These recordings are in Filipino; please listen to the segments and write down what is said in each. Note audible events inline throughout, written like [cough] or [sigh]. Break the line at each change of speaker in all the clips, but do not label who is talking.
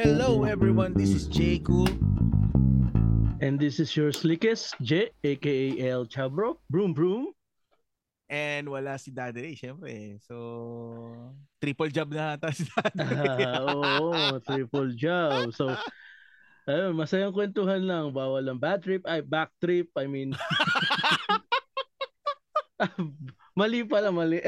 Hello everyone, this is Jay Cool.
And this is your slickest, J, aka El Chabro. Broom, broom.
And wala si Daddy Ray, syempre. So, triple job na ata si Daddy
[laughs]
Ray.
Ah, Oo, triple job. So, ayun, masayang kwentuhan lang. Bawal ang bad trip, ay back trip, I mean. mali pala, mali.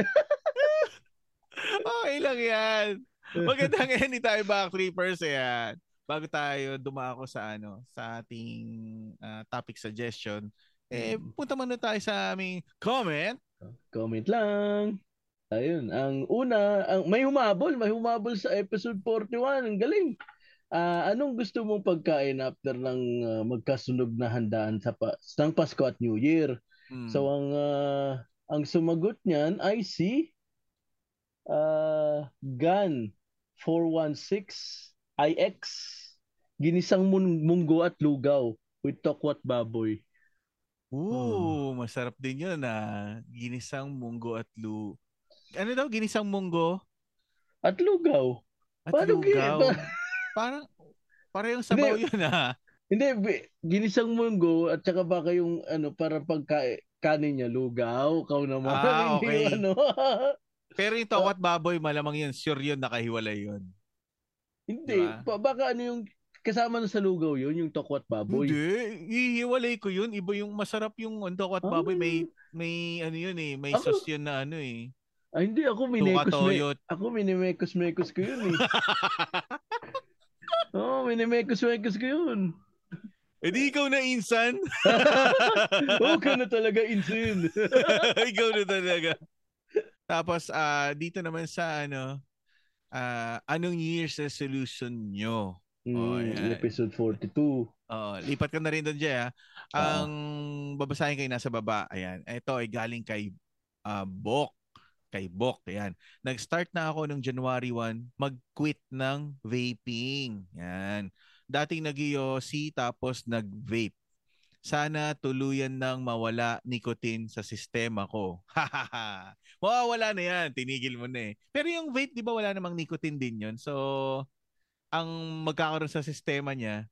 [laughs] okay lang yan. Magandang [laughs] anytime back trippers yan. Bago tayo dumako sa ano, sa ating ah, topic suggestion, eh
Mm.
punta muna tayo sa aming comment.
Comment lang. Ayun, ang una, ang, may humabol, may humabol sa episode 41. Ang galing. Ah, anong gusto mong pagkain after ng ah, magkasunog na handaan sa pa, ng Pasko at New Year?
Hmm.
So ang ah, ang sumagot niyan ay si uh, Gan 416 IX Ginisang mun- munggo at lugaw with tokwat baboy. Mm.
Ooh, masarap din yun ah. Ginisang munggo at lu... Ano daw? Ginisang munggo
At lugaw.
at
Paano gi-
lugaw.
[laughs] pa-
Parang, parang yung sabaw
Hindi.
yun ah.
Hindi bi- ginisang munggo at saka baka yung ano para pagka kanin niya lugaw kau naman
Ah,
[laughs] Hindi
okay.
yung ano.
Pero yung tawat baboy, malamang yun, sure yun, nakahiwalay yun.
Hindi
Diba?
pa, baka ano yung kasama na sa lugaw yun yung tokwat baboy.
Hindi, hihiwalay ko yun. Iba yung masarap yung tawat
Ah.
baboy. May, may ano yun eh, may
Ako-
sauce yun na ano eh.
Ay, Ah, hindi ako
Tuka
minekos may,
toyot.
Ako, minimekos-mekos ko
[laughs]
yun eh. Oo, oh, minimekos-mekos ko yun.
Eh di ikaw na insan. [laughs]
Oo, ka na talaga insin.
ikaw na talaga. Tapos ah dito naman sa ano, ah anong New year's resolution nyo? [laughs] Oh,
Mm,
yan.
Episode 42.
Oo, lipat ka na rin doon, Jay. ah. Ang babasahin kayo nasa baba, ayan. Ito ay galing kay ah, Bok. Kay Bok, ayan. Nag-start na ako nung January 1, mag-quit ng vaping. Yan. Dating nag E tapos nag-vape. Sana tuluyan ng mawala nicotine sa sistema ko. [laughs] Mawawala na yan. Tinigil mo na eh. Pero yung vape, di ba wala namang nicotine din yun? So, ang magkakaroon sa sistema niya,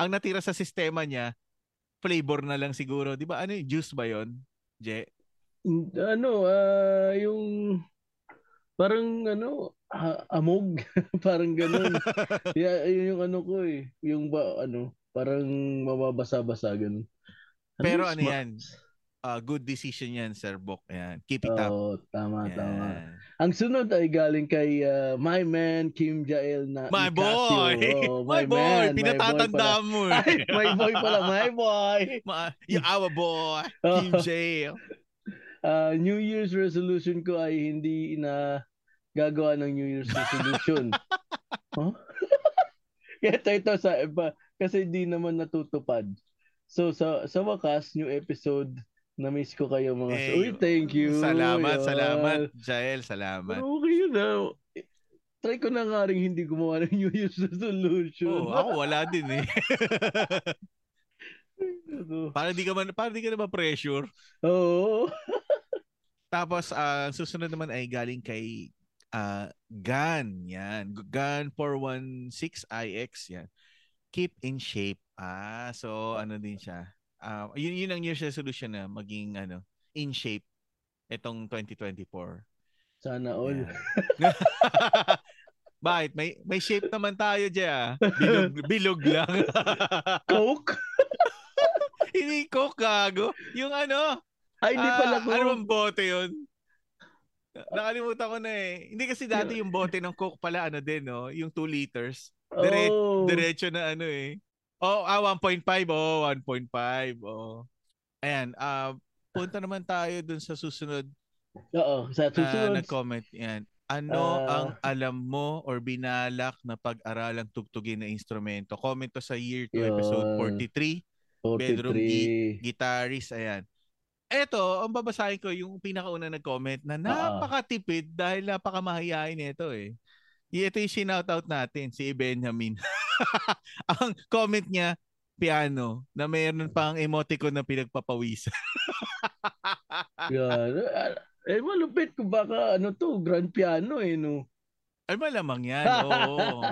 ang natira sa sistema niya, flavor na lang siguro. Di ba? Ano yun? Juice ba yun? Je?
Mm, Ano, ah, yung parang ano, ha- amog. [laughs] parang
[laughs]
ganun. yeah, yun yung ano ko eh. Yung ba, ano, parang mababasa-basa ganun.
Pero ano
sma-
yan? Ah, good decision yan, Sir Bok. Ayan. Keep it up.
Oo, tama, tama.
Ayan.
Ang sunod ay galing kay ah, my man Kim Jael na
My [laughs]
Nicasio.
boy!
Oh,
my, boy!
man, my
Pinatatanda
pala.
mo
[laughs]
eh.
Ay, my boy pala, my boy.
Ma- yung awa
[laughs]
boy. [laughs]
Oh,
Kim J.
ah, New Year's resolution ko ay hindi na gagawa ng New Year's
[laughs]
resolution. huh? [laughs] ito, ito sa iba. Kasi di naman natutupad. So, sa, sa wakas, new episode, na-miss ko kayo mga...
Eh,
Uy, thank you.
Salamat,
Yun.
salamat. Jael, salamat.
Pero okay yun ah. Try ko na nga rin hindi gumawa ng New Year's
Oh,
resolution.
ako
[laughs]
wala din eh. [laughs]
Ano?
para di ka man, para di ka na ba pressure?
Oo.
Tapos ah, ang susunod naman ay galing kay ah, Gan, yan. Gan 416IX yan. Keep in shape. Ah, so ano din siya. Ah, yun yun ang year's resolution na maging ano, in shape etong 2024.
Sana all.
Yan. [laughs] Bakit? May, may shape naman tayo dyan. ah. Bilog, bilog lang. [laughs]
Coke?
Hindi ko kago. Yung ano,
Ay, hindi
Ah,
pala Coke.
Ano bang bote yun? Na- Nakalimutan ko na eh. Hindi kasi dati yung bote ng Coke pala ano din, no? Yung 2 liters. dire-
Oo.
Diretso na ano eh. Oh, ah, 1.5. Oh, 1.5. Oh. Ayan. ah punta naman tayo dun sa susunod
Oo, sa
na
susunod.
nag-comment. Yan. Ano
Ah.
ang alam mo or binalak na pag-aralang tugtugin na instrumento? Comment to sa year 2 episode
Yun.
43.
43.
bedroom guitarist, ayan. Eto, ang babasahin ko yung pinakauna nag-comment na napakatipid dahil napakamahayain nito eh. Y- Ito yung sinoutout natin, si Benjamin. [laughs] ang comment niya, piano, na mayroon pang emoticon na pinagpapawisan. [laughs]
ah. Yan. Ah, Eh, malupit ko baka ano to, grand piano eh, no?
Ay, malamang yan.
[laughs]
Oo.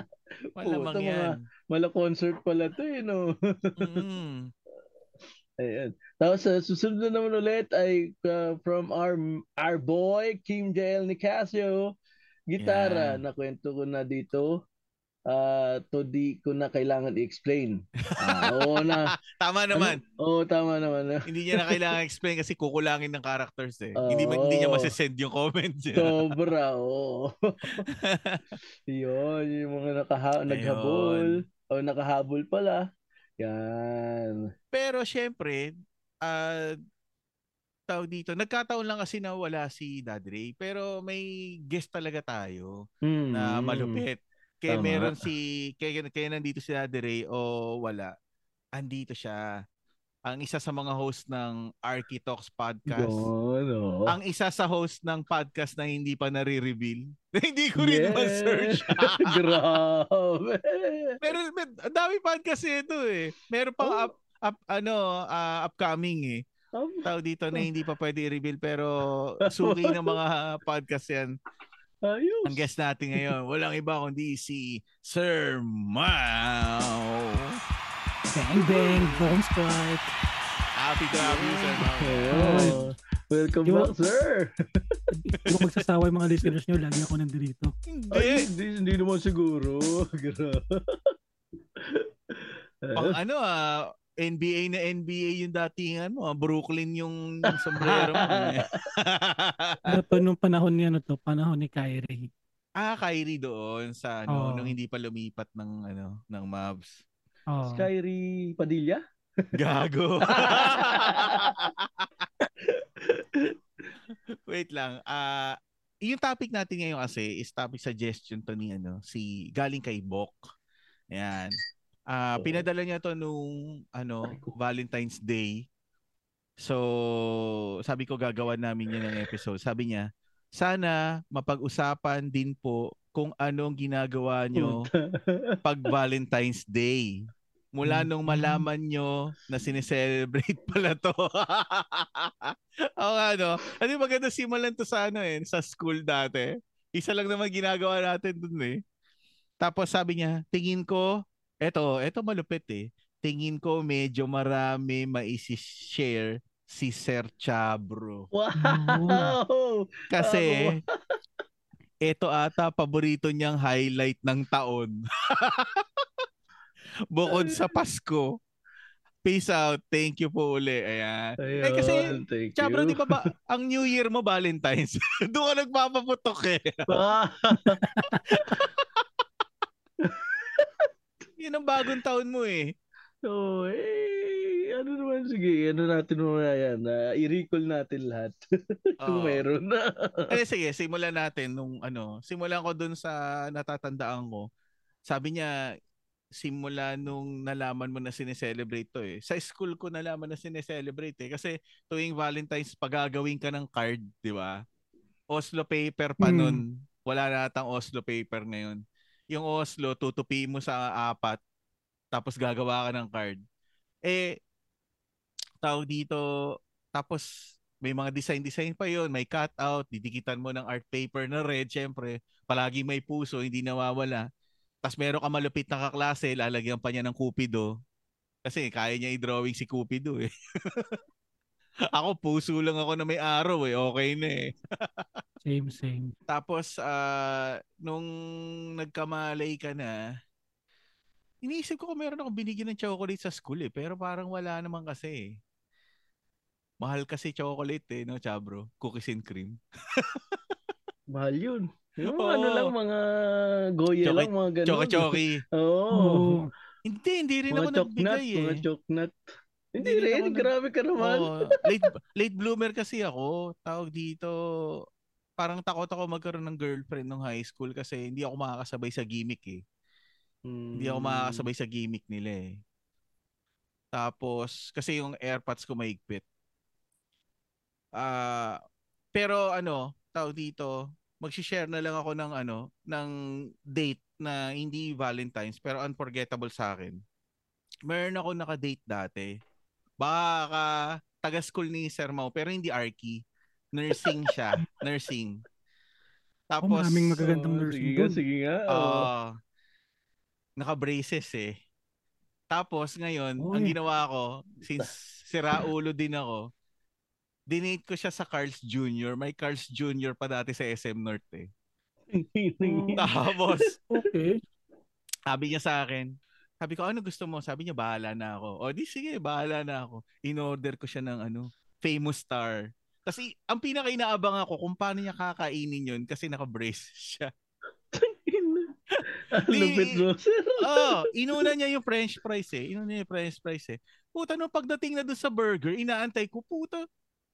Malamang
Puta, mga-
yan.
Mala concert pala to eh, no?
Mm.
Ayan. Tapos sa susunod na naman ulit ay uh, from our our boy Kim Jael Nicasio gitara
Yeah.
na kwento ko na dito. Ah, to di ko na kailangan i-explain.
[laughs]
Ah, oo na.
Tama naman.
Ano? Oo, tama naman.
Hindi niya na kailangan explain kasi kukulangin ng characters
[laughs]
eh.
Oo.
Hindi, ma- hindi niya masisend yung comments. eh.
Sobra, oo.
[laughs]
Yun, yung mga nakaha- naghabol. O nakahabol pala. Yan.
Pero syempre, ah tawag dito, nagkataon lang kasi na wala si Dad Ray, pero may guest talaga tayo
Hmm.
na malupit. Kaya
Tama.
meron si, kaya, kaya nandito si Dad Ray o wala, andito siya. Ang isa sa mga host ng Arky Talks podcast.
Yun, oo.
Ang isa sa host ng podcast na hindi pa nare-reveal. [laughs] hindi ko rin
Yeah.
ma-search.
[laughs] Grabe.
Pero may, ang dami podcast eh ito eh. Meron pang
Oh.
up, up, ano, ah, upcoming eh.
Um,
tao dito na hindi pa pwede i-reveal pero suki ng mga podcast yan.
Ayos.
Ang guest natin ngayon, walang iba kundi si Sir Mau.
Bang bang, boom squad.
Happy to have you, Sir Mau.
Ayun. Oh. Welcome
Yo.
back, sir.
Hindi ko magsasawa yung mga listeners nyo. Lagi ako nandito.
Hindi.
Ay, hindi, hindi naman siguro. [laughs] Grabe.
Pang ano ah, NBA na NBA yung datingan mo. ah. Brooklyn yung sombrero mo. eh.
Pero pa nung panahon ni ano to, panahon ni Kyrie.
ah, Kyrie doon sa ano,
Oo.
nung hindi pa lumipat ng ano, ng Mavs.
Oh.
[laughs] Skyrie Eh,
[laughs]
Padilla?
Gago. [laughs] Wait lang. Ah, yung topic natin ngayon kasi is topic suggestion to ni ano, si galing kay Bok. Ayan. Ah,
Oo.
pinadala niya to nung ano,
Ay, ko.
Valentine's Day. So, sabi ko gagawa namin yan ng episode. Sabi niya, sana mapag-usapan din po kung anong ginagawa
Hmm.
niyo pag Valentine's Day. Mula nung malaman nyo na sineselebrate [laughs] pala to. Oo nga, no? Ano yung maganda simulan to sa ano eh, sa school dati. Isa lang naman ginagawa natin dun eh. Tapos sabi niya, tingin ko, eto, eto malupit eh. Tingin ko medyo marami maisishare si Sir Chabro.
Wow!
Kasi, ito ata paborito niyang highlight ng taon. [laughs] Bukod sa Pasko, peace out. Thank you po uli. Ayan.
Ayun,
Eh, kasi,
thank you.
Chabro, di ba ba ang New Year mo Valentine's? [laughs] Doon ka nagpapaputok eh.
Ah,
Yun ang bagong taon mo eh.
so, eh, ano naman, sige, ano natin muna yan. ah, i-recall natin lahat [laughs] kung
Oo.
meron
Eh sige, simulan natin nung ano, simulan ko dun sa natatandaan ko. Sabi niya simula nung nalaman mo na sineselebrate to eh. Sa school ko nalaman na sineselebrate eh kasi tuwing Valentine's pagagawin ka ng card, 'di ba? Oslo paper pa
Hmm.
nun. Wala na atang Oslo paper ngayon. Yung Oslo tutupi mo sa apat tapos gagawa ka ng card. Eh tao dito tapos may mga design-design pa yon may cutout, didikitan mo ng art paper na red, syempre. Palagi may puso, hindi nawawala. Tapos meron ka malupit na kaklase, lalagyan pa niya ng Cupido. Kasi kaya niya i-drawing si Cupido eh. [laughs] ako, puso lang ako na may araw eh. Okay na eh.
Same, same.
Tapos, ah, nung nagkamalay ka na, iniisip ko kung meron akong binigyan ng chocolate sa school eh. Pero parang wala naman kasi eh. Mahal kasi chocolate eh, no, Chabro? Cookies and cream.
Mahal yun. Yung
Oo.
ano lang, mga Goya
Choki-
lang, mga ganun.
Choki-choki.
Oo.
Oo.
Hindi, hindi rin ako
Mga choknat,
nagbigay eh.
mga choknat. Hindi
Hindi rin
rin,
ako nag-
grabe ka naman.
Oo, late, late bloomer kasi ako. Tawag dito, parang takot ako magkaroon ng girlfriend nung high school kasi hindi ako makakasabay sa gimmick eh. Hindi ako makakasabay sa gimmick nila eh. Tapos, kasi yung airpods ko mahigpit. Ah, pero ano, tawag dito, magsi-share na lang ako ng ano, ng date na hindi Valentine's pero unforgettable sa akin. Meron ako naka-date dati. Baka taga-school ni Sir Mau pero hindi Arky. Nursing siya, nursing.
Oh,
Tapos,
maraming magagandang nurse
sige nga,
doon.
sige nga.
Ah.
oo. [laughs]
Oo. naka-braces eh. Tapos ngayon,
Oo,
ang
eh.
ginawa ko, since sira ulo din ako, dinate ko siya sa Carl's Jr. May Carl's Jr. pa dati sa SM North eh. Tapos,
Okay.
sabi niya sa akin, sabi ko, ano gusto mo? Sabi niya, bahala na ako. O di sige, bahala na ako. In-order ko siya ng ano, famous star. Kasi ang pinaka-inaabang ako kung paano niya kakainin yun kasi naka-brace siya.
Ang
Di-
lupit mo, [laughs] sir.
Oo, inuna niya yung french fries eh. Inuna niya yung french fries eh. Puta, nung pagdating na doon sa burger, inaantay ko, puta,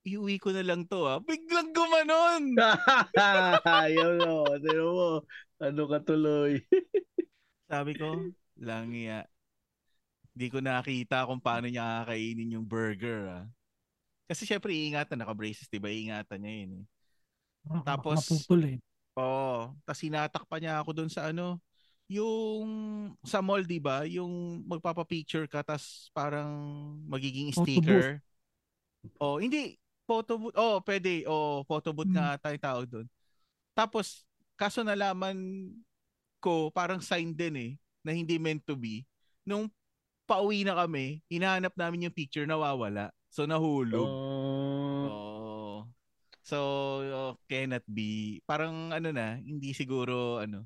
iuwi ko na lang to ah. Biglang gumanon!
Ayaw na ako. Tino mo, ano ka tuloy?
Sabi ko, lang iya. Hindi ko nakita kung paano niya kakainin yung burger ah. Kasi syempre, iingatan, naka-braces, di ba? Iingatan niya yun eh. Tapos-
Mapupul eh.
Oo. Tapos hinatakpa niya ako doon sa ano, yung sa mall, di ba? Yung magpapapicture ka, tapos parang magiging
Photo
sticker. Oh, hindi. Photo booth. Oh, pwede. Oh, photo booth
Mm.
nga tayo tawag doon. Tapos, kaso nalaman ko, parang sign din eh, na hindi meant to be. Nung pauwi na kami, hinahanap namin yung picture, nawawala. So, nahulog.
Oh,
Oo. So, oh, cannot be. Parang ano na, hindi siguro ano.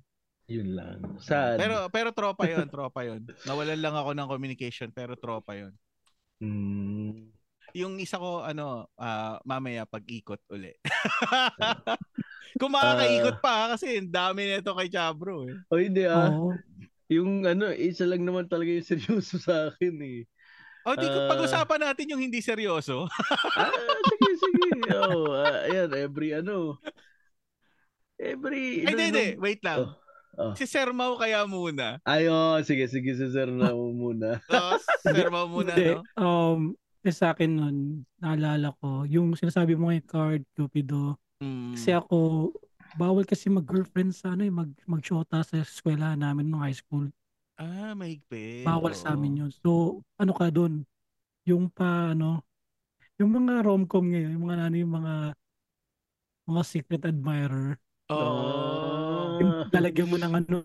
yun lang. Sad.
Pero pero tropa 'yon, tropa 'yon. Nawalan lang ako ng communication pero tropa 'yon.
Mm.
Yung isa ko ano, ah, mamaya pag-ikot uli. [laughs] Kung makakaikot
Ah.
pa ha, kasi ang dami nito kay Chabro eh.
O hindi ah.
Oo.
Yung ano, isa lang naman talaga yung seryoso sa akin eh.
O di ko
Ah.
pag-usapan natin yung hindi seryoso.
Ah, sige, sige. Oh, ah, ayan, every ano. Every... ano,
Ay, hindi,
inom-
hindi. Wait lang.
Oh, oh.
Si Sir Mau kaya muna.
Ay, oh, sige, sige, si Sir
Ah,
na muna. [laughs]
So, Sir Mau muna,
Hindi.
no?
Um, eh, sa akin nun, naalala ko, yung sinasabi mo ngayon, card, cupido.
Mm.
Kasi ako, bawal kasi mag-girlfriend sa ano eh, mag magshota sa eskwela namin nung high school.
Ah, mahigpit.
Bawal sa
Oo.
amin yun. So, ano ka doon? Yung pa, ano, yung mga romcom ngayon, yung mga ano, yung mga mga secret admirer,
Oo.
yung lalagyan mo ng ano,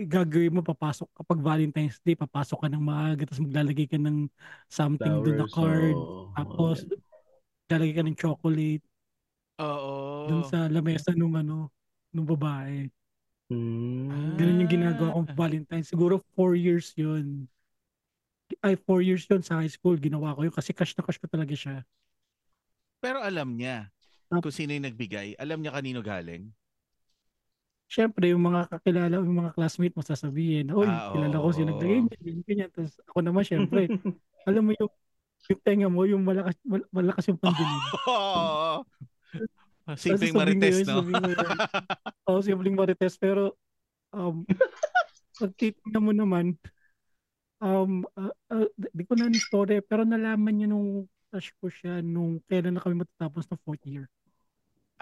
gagawin mo papasok kapag Valentine's Day, papasok ka ng maaga, tapos maglalagay ka ng something doon na
Flowers,
card,
oh.
tapos
Oh,
lalagay ka ng chocolate
Oo.
doon sa lamesa nung ano, nung babae.
yan. Mm.
Ganun yung
Ah.
ginagawa kong Valentine. Siguro four years yun. Ay, four years yun sa high school. Ginawa ko yun kasi cash na cash ko talaga siya.
Pero alam niya
Tap-
kung sino yung nagbigay. Alam niya kanino
[laughs]
galing. [laughs]
Siyempre, yung mga kakilala, yung mga classmate mo sasabihin, Uy,
Ah,
kilala ko siya
oo.
naglagay niya, ganyan, ganyan. Tapos ako naman, siyempre,
[laughs]
alam mo yung, yung tenga mo, yung malakas, mal- malakas yung pandinig.
Oo.
Tapos
Simpleng
sabihin mo
marites,
yun,
no?
sabihin mo yun.
[laughs]
Oo, simpleng Oh, marites. Pero, um, pag titignan mo naman, um, ah, ah, di- di ko na yung story, pero nalaman niya nung crush ko siya nung kailan na kami matatapos ng fourth year.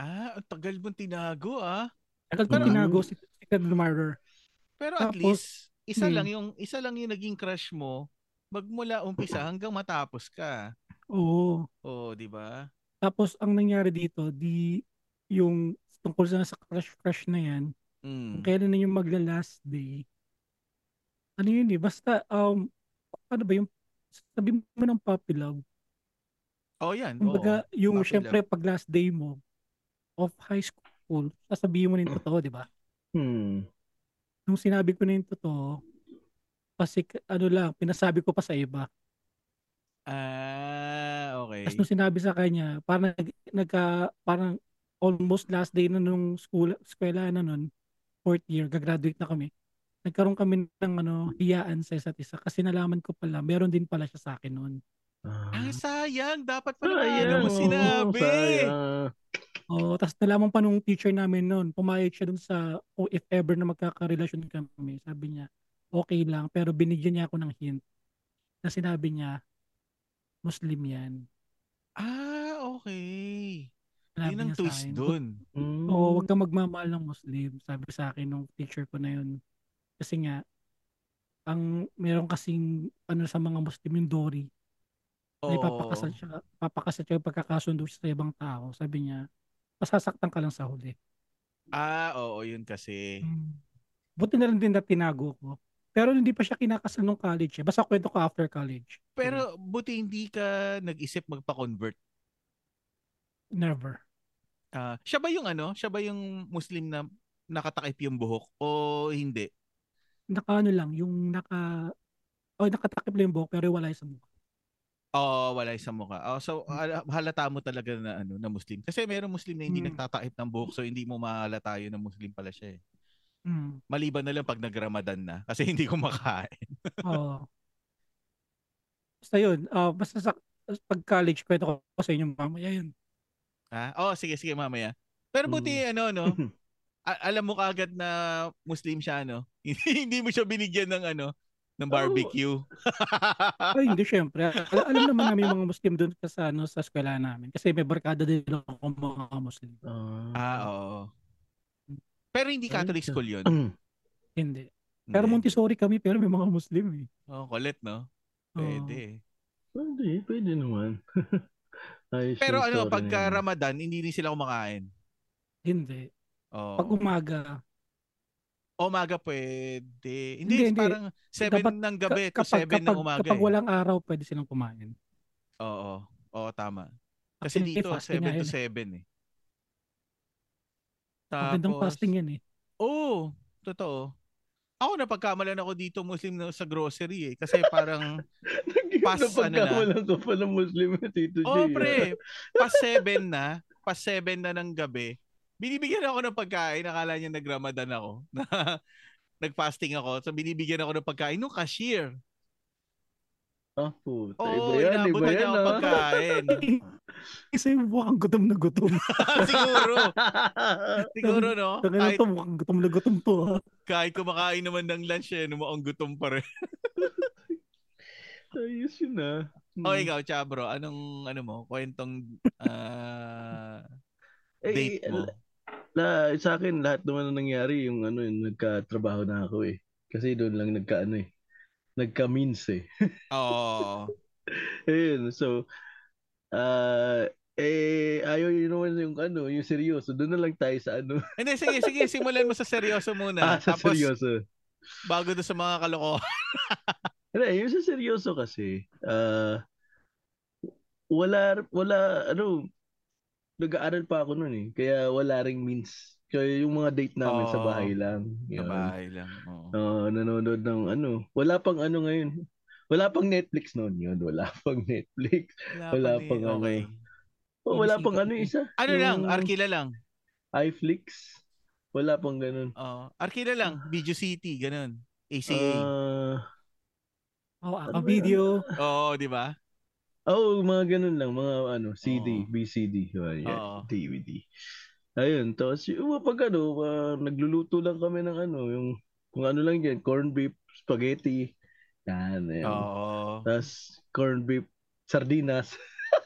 Ah, ang tagal mong tinago, ah.
Tagal ko
Pero-
tinago si Secret Admirer.
Pero at
Tapos,
least, isa
hmm.
lang yung isa lang yung naging crush mo magmula umpisa hanggang matapos ka.
Oo.
Oo, di ba?
Tapos, ang nangyari dito, di yung tungkol sa sa crush-crush na yan,
Mm.
kung kailan na yung magla-last day, ano yun eh, basta, um, ano ba yung, sabi mo ng puppy love,
Oh, yan.
kumbaga, yung
puppy
syempre, pag last day mo, of high school, sasabihin mo na yung totoo, di ba?
Hmm.
Nung sinabi ko na yung totoo, kasi ano lang, pinasabi ko pa sa iba.
oo. Ah, okay.
Tapos nung sinabi sa kanya, parang nag, nagka, parang almost last day na nung school, eskwela na nun, fourth year, gagraduate na kami. Nagkaroon kami ng ano, hiyaan sa isa't isa kasi nalaman ko pala, meron din pala siya sa akin noon.
Ah, sayang. Dapat pa naman ano mo
Sayang, Ah, oo,
sinabi.
sayang.
Oo, tapos nalaman pa nung teacher namin noon, pumayag siya dun sa, o if ever na magkakarelasyon kami, sabi niya, okay lang, pero binigyan niya ako ng hint na sinabi niya, Muslim yan.
Ah, okay.
Sinabi
Yun ang
niya sa
twist
akin,
dun.
Mm.
Oo, wag kang magmamahal ng Muslim, sabi sa akin nung teacher ko na yun. Kasi nga, ang meron kasing ano sa mga Muslim yung Dory, na
Oo.
ipapakasal siya, papakasal siya yung pagkakasundo siya sa ibang tao. Sabi niya, masasaktan ka lang sa huli.
Ah, oo, yun kasi.
Mm. Buti na lang din na tinago ko. Pero hindi pa siya kinakasal nung college. Eh. Basta kwento ko after college.
Pero buti hindi ka nag-isip magpa-convert.
Never.
Ah, siya ba yung ano? Siya ba yung Muslim na nakatakip yung buhok o hindi?
Naka ano lang, yung naka... Oh, nakatakip lang yung buhok pero wala sa mukha.
Oo, wala sa mukha. Oh, so ala- halata mo talaga na ano na Muslim. Kasi merong Muslim na hindi
Mm.
nagtataip ng buhok so hindi mo mahalata yun na Muslim pala siya eh.
Mm.
Maliban na lang pag nag-Ramadan na kasi hindi ko makain.
[laughs] Oo. basta yun. ah, basta sa pag college, kwento ko sa inyo mamaya yun.
Ha? Oh, sige sige mamaya. Pero buti ano
[clears throat]
no, a- alam mo kaagad na Muslim siya no. [laughs] hindi mo siya binigyan ng ano ng barbecue.
Ay,
[laughs]
hindi syempre. Al- alam naman namin yung mga Muslim doon kasi sa, ano, sa eskwela namin. Kasi may barkada din ako mga Muslim. Mm.
ah,
[clears throat]
oo. Pero hindi Catholic
Ayun.
school 'yun.
Hindi. Pero
Hindi.
Montessori kami pero may mga Muslim eh.
Oh, kulit no.
Oo.
Pwede.
Pwede, pwede naman. [laughs] Ayos
Pero
yung
ano,
story
pagka
[laughs] na yun.
Ramadan, hindi rin sila kumakain.
Hindi.
Oo.
Pag um- umaga,
umaga pwede. Hindi,
Hindi, hindi.
parang 7
Dapat
ng gabi
ka-
to 7
kapag,
ng umaga.
kapag
eh.
walang araw, pwede silang kumain.
Oo. Oo, tama. Kasi
Actually,
dito,
fasting
7
nga
to
yun eh.
7 eh.
Magandang
Tapos,
fasting yan eh.
Oo, totoo. Ako napagkamalan ako dito Muslim na sa grocery eh. Kasi parang, Pas,
Pas,
ano na.
Napagkawalan ka pala Muslim eh, Tito J.
oh
ah.
pre, pa 7 na, pa 7 na ng gabi, binibigyan ako ng pagkain. Akala niya nagramadan ako. [laughs] Na, nagfasting ako. So binibigyan ako ng pagkain ng cashier.
Ah, puta.
Oo,
iba yan, iba
inaabutan
yan.
niya ako
ah.
pagkain. [laughs]
Isa yung mukhang gutom na gutom.
Siguro.
ah. [laughs]
Siguro, no?
Tangan na
Kahit,
to, mukhang gutom na gutom to. Ha?
kahit kumakain naman ng lunch, eh, numuang gutom pa rin.
Ayos yun ah. Hmm.
O ikaw, Chabro, anong, ano mo, kwentong ah,
Eh,
date
eh,
mo?
La, sa akin, lahat naman na nangyari, yung ano, yung nagkatrabaho na ako eh. Kasi doon lang nagka ano eh. Nagka-means eh.
Oo.
Ayun, so, ah, eh, ayaw yun naman yung ano, yung seryoso. Doon na lang tayo sa ano.
Hindi, sige, sige, simulan mo sa seryoso muna.
[laughs] ah, sa
Tapos,
seryoso.
bago doon sa mga kalokohan.
Hindi, yung sa seryoso kasi, ah, wala, wala, ano, nag-aaral pa ako noon eh. Kaya wala ring means. Kaya yung mga date namin sa
Oo.
bahay lang.
Sa
Yun.
bahay lang. oo.
Oo, nanonood ng ano. Wala pang ano ngayon. Wala pang Netflix noon yun. Wala [laughs] pang Netflix. Wala
pa
pang
eh.
ano.
Okay.
O, wala
Inisipin
pang ano
ko eh.
isa.
Ano
Yung
lang, Arkila lang.
iFlix. Wala pang ganun.
Oo. Arkila lang, Video City, ganun. ACA.
Ah,
Oo, oh,
Ano ba
video.
Oo, di ba?
oh, mga ganun lang. Mga ano, CD,
Oo.
BCD. Oh, yeah,
Oo.
DVD. Ayun, tapos yung mga pag ano, ah, nagluluto lang kami ng ano, yung kung ano lang yan, corned beef, spaghetti. Yan, ayun.
Oo.
Tapos corned beef, sardinas.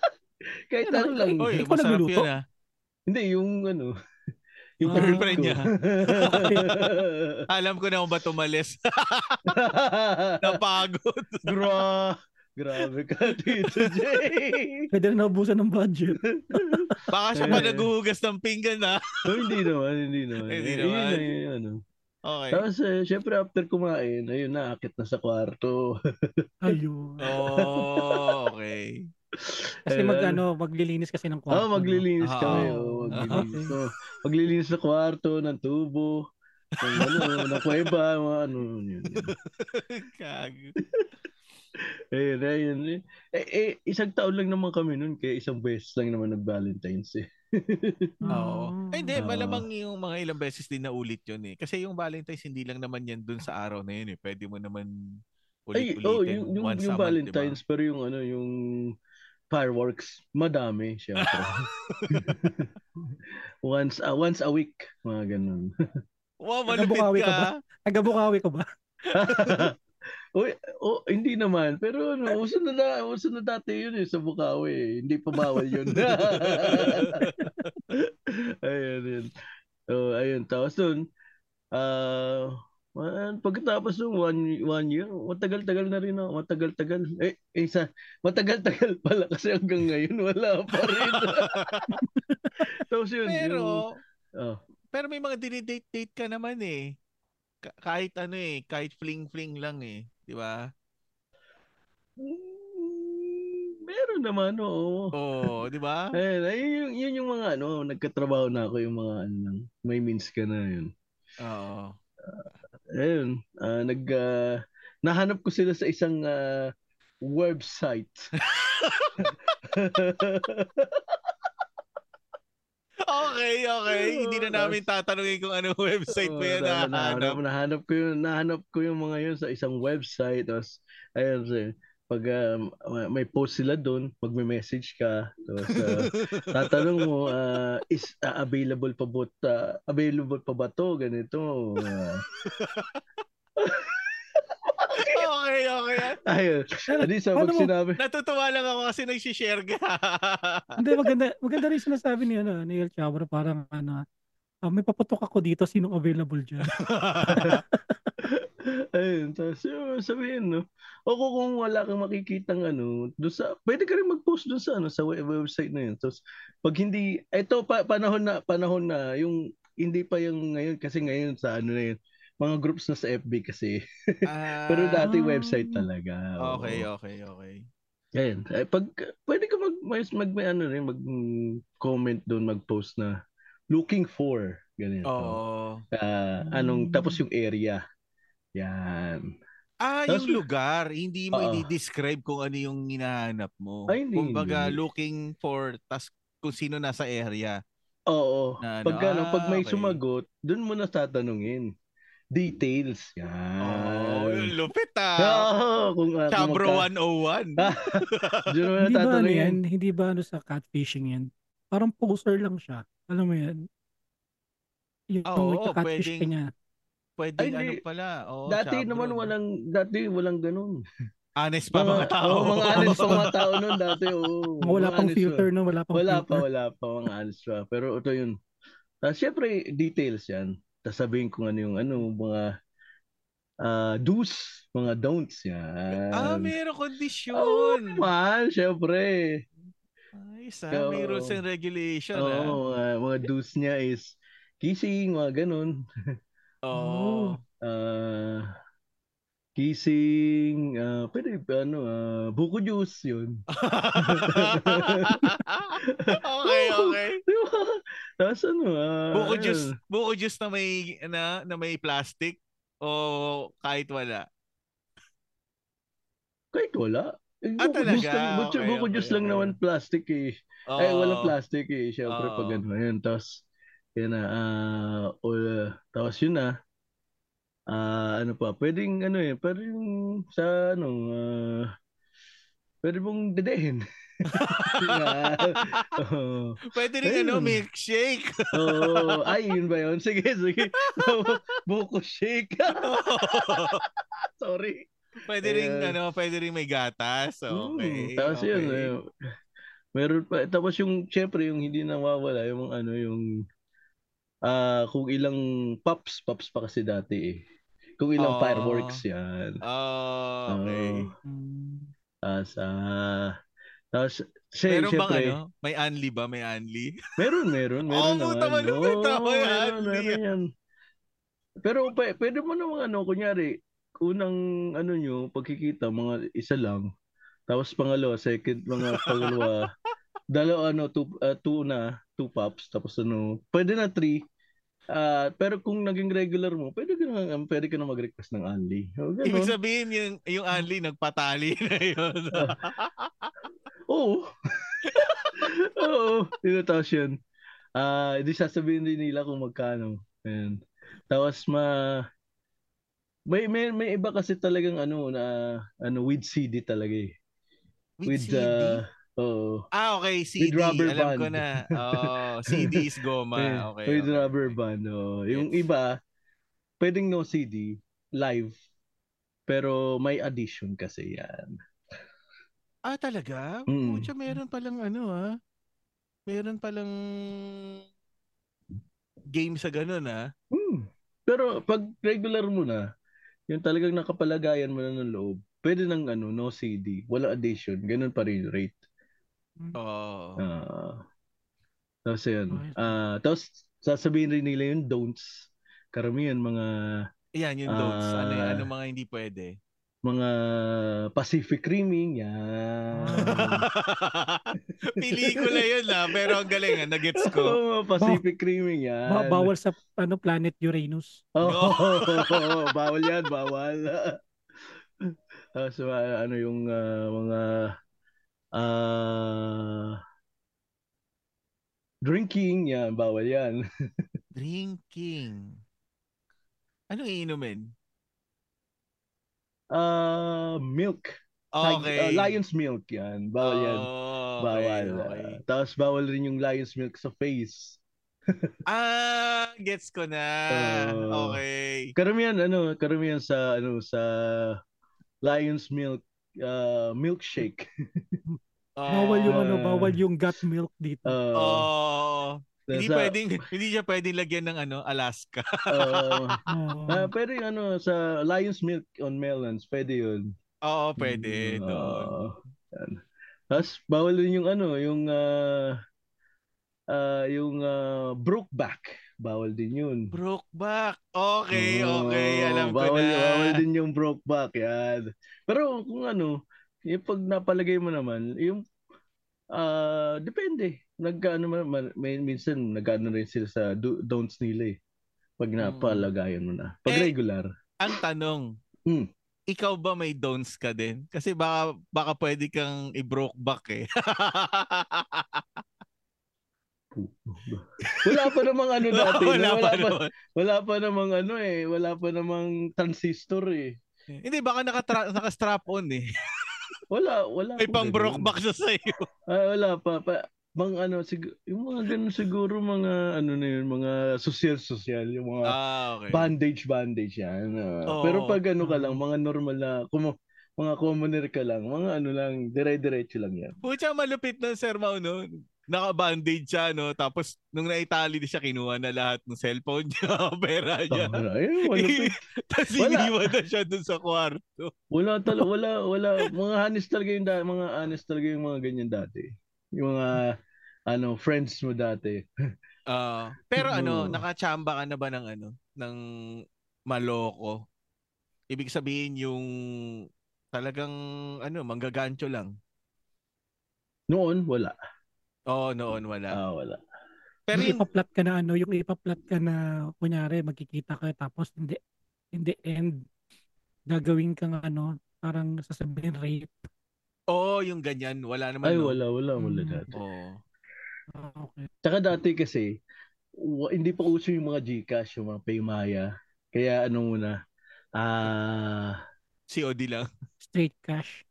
[laughs] Kahit
Yan,
ano lang.
Oy,
Hindi ko
masarap
nagluluto.
yun ah.
Hindi, yung ano. [laughs]
Ah.
pag-ibig
Girlfriend
ko.
niya. Alam ko na kung ba't umalis. [laughs] Napagod.
[laughs] Gra- grabe ka [laughs] dito, Jay.
Pwede na naubusan ng
[laughs]
budget.
Baka siya pa
Eh.
naguhugas ng pinggan ah. na.
No, hindi naman, hindi naman.
Hindi
Eh,
naman.
Yun, na yun, ano.
Okay.
Tapos, eh, syempre, after kumain, ayun, naakit na sa kwarto.
Ayun.
Oh, okay. [laughs]
Kasi
Ayun.
mag,
[laughs]
ano, maglilinis kasi ng
Oo, Oh,
kwarto.
maglilinis
Ah,
kami.
oo.
oo, maglilinis. Oo. maglilinis sa kwarto, ng tubo, ng ano, ng kuweba, mga ano, yun, yun.
Kag.
Ayun, ayun. Eh, eh, isang taon lang naman kami nun, kaya isang beses lang naman nag-Valentine's eh.
no?
Oo. Ay, Hindi,
Ah.
malamang yung mga ilang beses din na ulit yun eh. Kasi yung Valentine's hindi lang naman yan dun sa araw na yun eh. Pwede mo naman
Ay,
ulit-ulitin.
oh, yung, yung,
once a
yung
month,
Valentine's, pero yung ano, yung fireworks, madami,
[laughs]
syempre. [laughs] once, a once a week, mga ganun.
Diba? Wow, malupit
Nagbukawi
ka.
ka ba? Taga-Bukawi ka
[laughs]
ba?
[laughs] Uy, oh, hindi naman, pero ano, uso na, da- uso na dati yun eh, sa Bukawi, eh. hindi pa bawal yun. ayun, yun. So, ayun, tapos nun, ah, man, pagkatapos nung one, one year, matagal-tagal na rin ako, matagal-tagal. Eh, isa, matagal-tagal [laughs] pala kasi
[laughs]
hanggang ngayon wala pa rin. tapos yun,
Pero,
yung- oh,
Pero may mga dinidate-date ka naman eh. Ka- kahit ano eh, kahit fling-fling lang eh. Di ba?
Mm, Meron naman, oo.
Oo, di ba?
Ayun, ayun yung, Eh, yun yung mga ano, nagkatrabaho na ako yung mga ano, lang, may means ka na yun.
Oo.
Ayun, ah, nag, ah, nahanap ko sila sa isang ah, website.
[laughs]
Okay, okay. Hindi na namin tatanungin kung ano website mo yan
Oo,
nahanap.
Oh, nahanap ko yun, nahanap ko yung mga yun sa isang website. Tapos, ayun, so, pag ah, ma- may post sila doon, magme-message ka. Tapos,
[laughs]
ah, tatanong mo, ah, is ah, available pa ba, ah, available pa ba to? Ganito.
[laughs]
ah.
okay, okay.
ayun. Hindi sa pag
Paano mo-
sinabi.
Natutuwa lang ako kasi nagsishare ka.
Hindi, maganda, maganda rin sinasabi ni, ano, ni El Chabro, parang ano, ah, may paputok ako dito, sinong available
[laughs]
dyan?
Ayun, tapos yun, sabihin, no? O kung, kung wala kang makikitang ano, doon sa, pwede ka rin mag-post doon sa, ano, sa we- website na yun. Tapos, pag hindi, ito, pa, panahon na, panahon na, yung, hindi pa yung ngayon, kasi ngayon sa ano na yun, mga groups na sa FB kasi. [laughs] Pero dati
Ah.
website talaga. oo.
Ah, Okay, okay, okay.
Ayun. Ay, pag, pwede ka mag, mag, mag may ano rin, mag-comment doon, mag-post na, looking for, ganito.
Oo.
Ah, anong, tapos yung area. Yan.
Ah,
Tapos-
yung lugar, hindi mo
Oo.
i-describe kung ano yung hinahanap mo.
Ay, hindi,
Kumbaga,
hindi.
looking for tas kung sino nasa area.
Oo.
Na ano,
pag, ano, pag may
ah, okay.
sumagot, dun mo na tatanungin. Details. Yan.
Oh, lupit
[laughs]
ah.
Oo, kung uh,
Chabro 101.
Ah. Dun mo na
hindi ba ano
tatanungin.
yan? Hindi ba ano sa catfishing yan? Parang poser lang siya. Alam mo yan? Yung
Ah, oo,
nagka-catfish ka
pwedeng-
niya.
Pwede
Ay,
ano
di-
pala. Oo,
Dati
Chabro,
naman
no?
walang, dati walang ganun.
Honest pa mga tao. [laughs]
oo, mga honest pa mga tao nun dati. oo.
Mga Ah, wala
Mga
pang
honest pa.
filter, no? Wala pang
Wala pa,
filter.
wala pa. Mga honest pa. Pero ito yun. Tapos syempre, details yan. Tapos sabihin kung ano yung ano, mga ah, do's, mga don'ts. Yan.
Ah, mayroong kondisyon.
Man, syempre.
Ayos ah, may
Oo.
rules and regulation
Oo,
ah.
mga, mga dues niya is kissing, mga ganun. [laughs]
Oo.
Ah, kissing, ah, pwede ba, ano, ah, buko juice, yun.
[laughs] Ah. okay, okay.
Di ba? [laughs] Tapos ano, ah,
Buko
ayun.
juice, buko juice na may na, na may plastic o kahit wala.
Kahit wala. Eh,
Ah,
buko
talaga?
juice lang, buko-
Okay,
buko
okay,
juice lang
okay.
naman plastic eh.
Oo.
Ay, walang plastic eh. Siyempre,
Oo.
pag ano, yun. Tapos, yun na, ah, all, tapos yun na, ah, ano pa, pwedeng, ano eh, pwede yung, sa, ano, ah, pwede mong dedehin. [laughs] Oo.
Pwede rin ano,
Ayun.
milkshake.
Oo. ay, yun ba yun? Sige, sige. [laughs] Buko
[laughs]
shake. Sorry.
pwede rin
Ayan.
ano, pwede rin may gatas. Okay.
Mm, tapos
okay.
yun, eh, meron pa, tapos yung, syempre, yung hindi nawawala, yung ano, yung, ah, kung ilang pops, pops pa kasi dati eh. Kung
Oo.
ilang fireworks yan.
Oh, okay.
Oo.
Hmm.
Tapos, ah, tapos, sy-
Meron bang
syempre,
ano? May anli ba? May anli?
Meron, meron,
Oh,
meron
puta,
naman.
malupit
Oo,
ako yan,
meron,
hindi
meron yan. Pero pa- pwede mo naman ano, kunyari, unang ano nyo, pagkikita, mga isa lang. Tapos pangalawa, second, mga
[laughs]
pangalawa, dalawa, ano, two, ah, two na, two pops. Tapos ano, pwede na three. Ah, pero kung naging regular mo, pwede ka na, pwede ka na mag-request ng only. O, ganun.
Ibig sabihin yung yung anli nagpatali [laughs] na yun.
Ah, Oo. Oo. Yun, tapos yun. Ah, hindi sasabihin din nila kung magkano. Ayan. Tapos ma may, may may iba kasi talagang ano na ano with CD talaga eh. With,
CD?
ah, oo.
ah, okay, CD.
rubber
Alam ko
band.
na. Oh, CD is
[laughs] Ayan,
goma. Okay.
with
okay,
rubber
okay.
band. oo. Yung
Yes.
iba pwedeng no CD live pero may addition kasi yan.
Ah, talaga?
Mm.
Pucha, meron palang ano ah. Meron palang game sa ganun ah.
Hmm. Pero pag regular mo na, yung talagang nakapalagayan mo na ng loob, pwede nang ano, no CD, wala addition, ganun pa rin yung rate.
Oo.
Ah. tapos yun.
Ayos.
Ah, tapos sasabihin rin nila yung don'ts. Karamihan mga
Ayan, yung don'ts. ano, yung,
Ah.
ano mga hindi
[laughs]
pwede.
mga Pacific Rimming, yan.
[laughs] Pelikula yun ah, pero ang galing ah, nagets ko.
Oo, [laughs] mga Pacific Rimming, yan.
Ba- bawal sa ano planet Uranus.
[laughs] Oo, oh, bawal yan, bawal. [laughs] Ah, so, ah, ano yung ah, mga ah, drinking, yan, bawal yan.
Drinking. Ano iinumin?
Ah, milk. Tig- ah,
Okay.
lion's milk, yan. Bawal yan.
Oh, okay,
Bawal.
okay.
Ah, tapos bawal rin yung lion's milk sa face.
Ah, gets ko na.
Oh.
okay.
Karamihan ano, karamihan sa ano sa lion's milk ah, milkshake.
Bawal yung ano,
Ah.
bawal yung gut milk dito.
Oh.
Ah, sa-
Hindi pwedeng hindi siya pwedeng lagyan ng ano, Alaska. [laughs]
ah,
Oo.
ah, pero yung ano sa lion's milk on melons, pwede 'yun.
Oo, pwede.
Mm,
doon.
ah, yan. Tapos bawal rin yung ano, yung ah ah, yung ah, brookback. Bawal din 'yun.
Brokeback. Okay,
Oo,
okay. Alam ko
Hmm, bawal,
na.
Bawal din yung brokeback, yan. Pero kung ano, yung pag napalagay mo naman, yung, ah, depende. Nagkaano man, man- may, minsan nagkaano rin sila sa do, don'ts nila eh. Pag napalagayan mo na. Pag
Hmm. Eh,
regular.
Ang tanong,
Hmm.
ikaw ba may don'ts ka din? Kasi baka, baka pwede kang i-brokeback eh. [laughs]
Wala pa namang ano dati.
wala, pa
no? wala, pa,
naman.
wala pa namang ano eh. Wala pa namang transistor eh.
Hindi, baka nakatra- naka-strap on eh.
Wala, wala.
May
pa
pang
ganun.
brokeback sa sayo. [laughs]
Ah, wala pa. pa bang ano, sig- yung mga ganun siguro, mga ano na yun, mga social-social, yung mga
Ah, okay.
bandage, bandage yan. ah.
Oo. Mm.
Pero pag ano ka lang, mga normal na, kumo, mga commoner ka lang, mga ano lang, dire-diretso lang yan.
Pucha, malupit nun, Sir Mau, no? Naka-bandage siya, no? Tapos, nung naitali na siya, kinuha na lahat ng cellphone niya, [laughs] pera niya.
Tama na.
[laughs]
Eh, wala, [laughs] pa-
Tapos,
Wala.
iniwan na siya dun sa kwarto.
wala talaga, wala, wala. Mga honest talaga yung, da- mga honest talaga yung mga ganyan dati. Yung mga, ano, friends mo dati. [laughs]
Ah, pero ano,
Oo.
nakachamba ka na ba ng ano, ng maloko? Ibig sabihin yung talagang ano, manggagancho lang.
Noon, wala.
Oo, noon wala.
Ah, wala.
Pero yun,
yung ipaplat ka na ano, yung ipaplat ka na kunyari magkikita ka tapos in the, in the end gagawin kang ano, parang sasabihin rape.
oo, yung ganyan, wala naman.
Ay,
no?
wala, wala, wala
Mm.
dati.
Oo.
Ah, okay.
Tsaka dati kasi, wa- hindi pa uso yung mga Gcash, yung mga Paymaya. Kaya ano muna, ah,
COD lang.
Straight cash.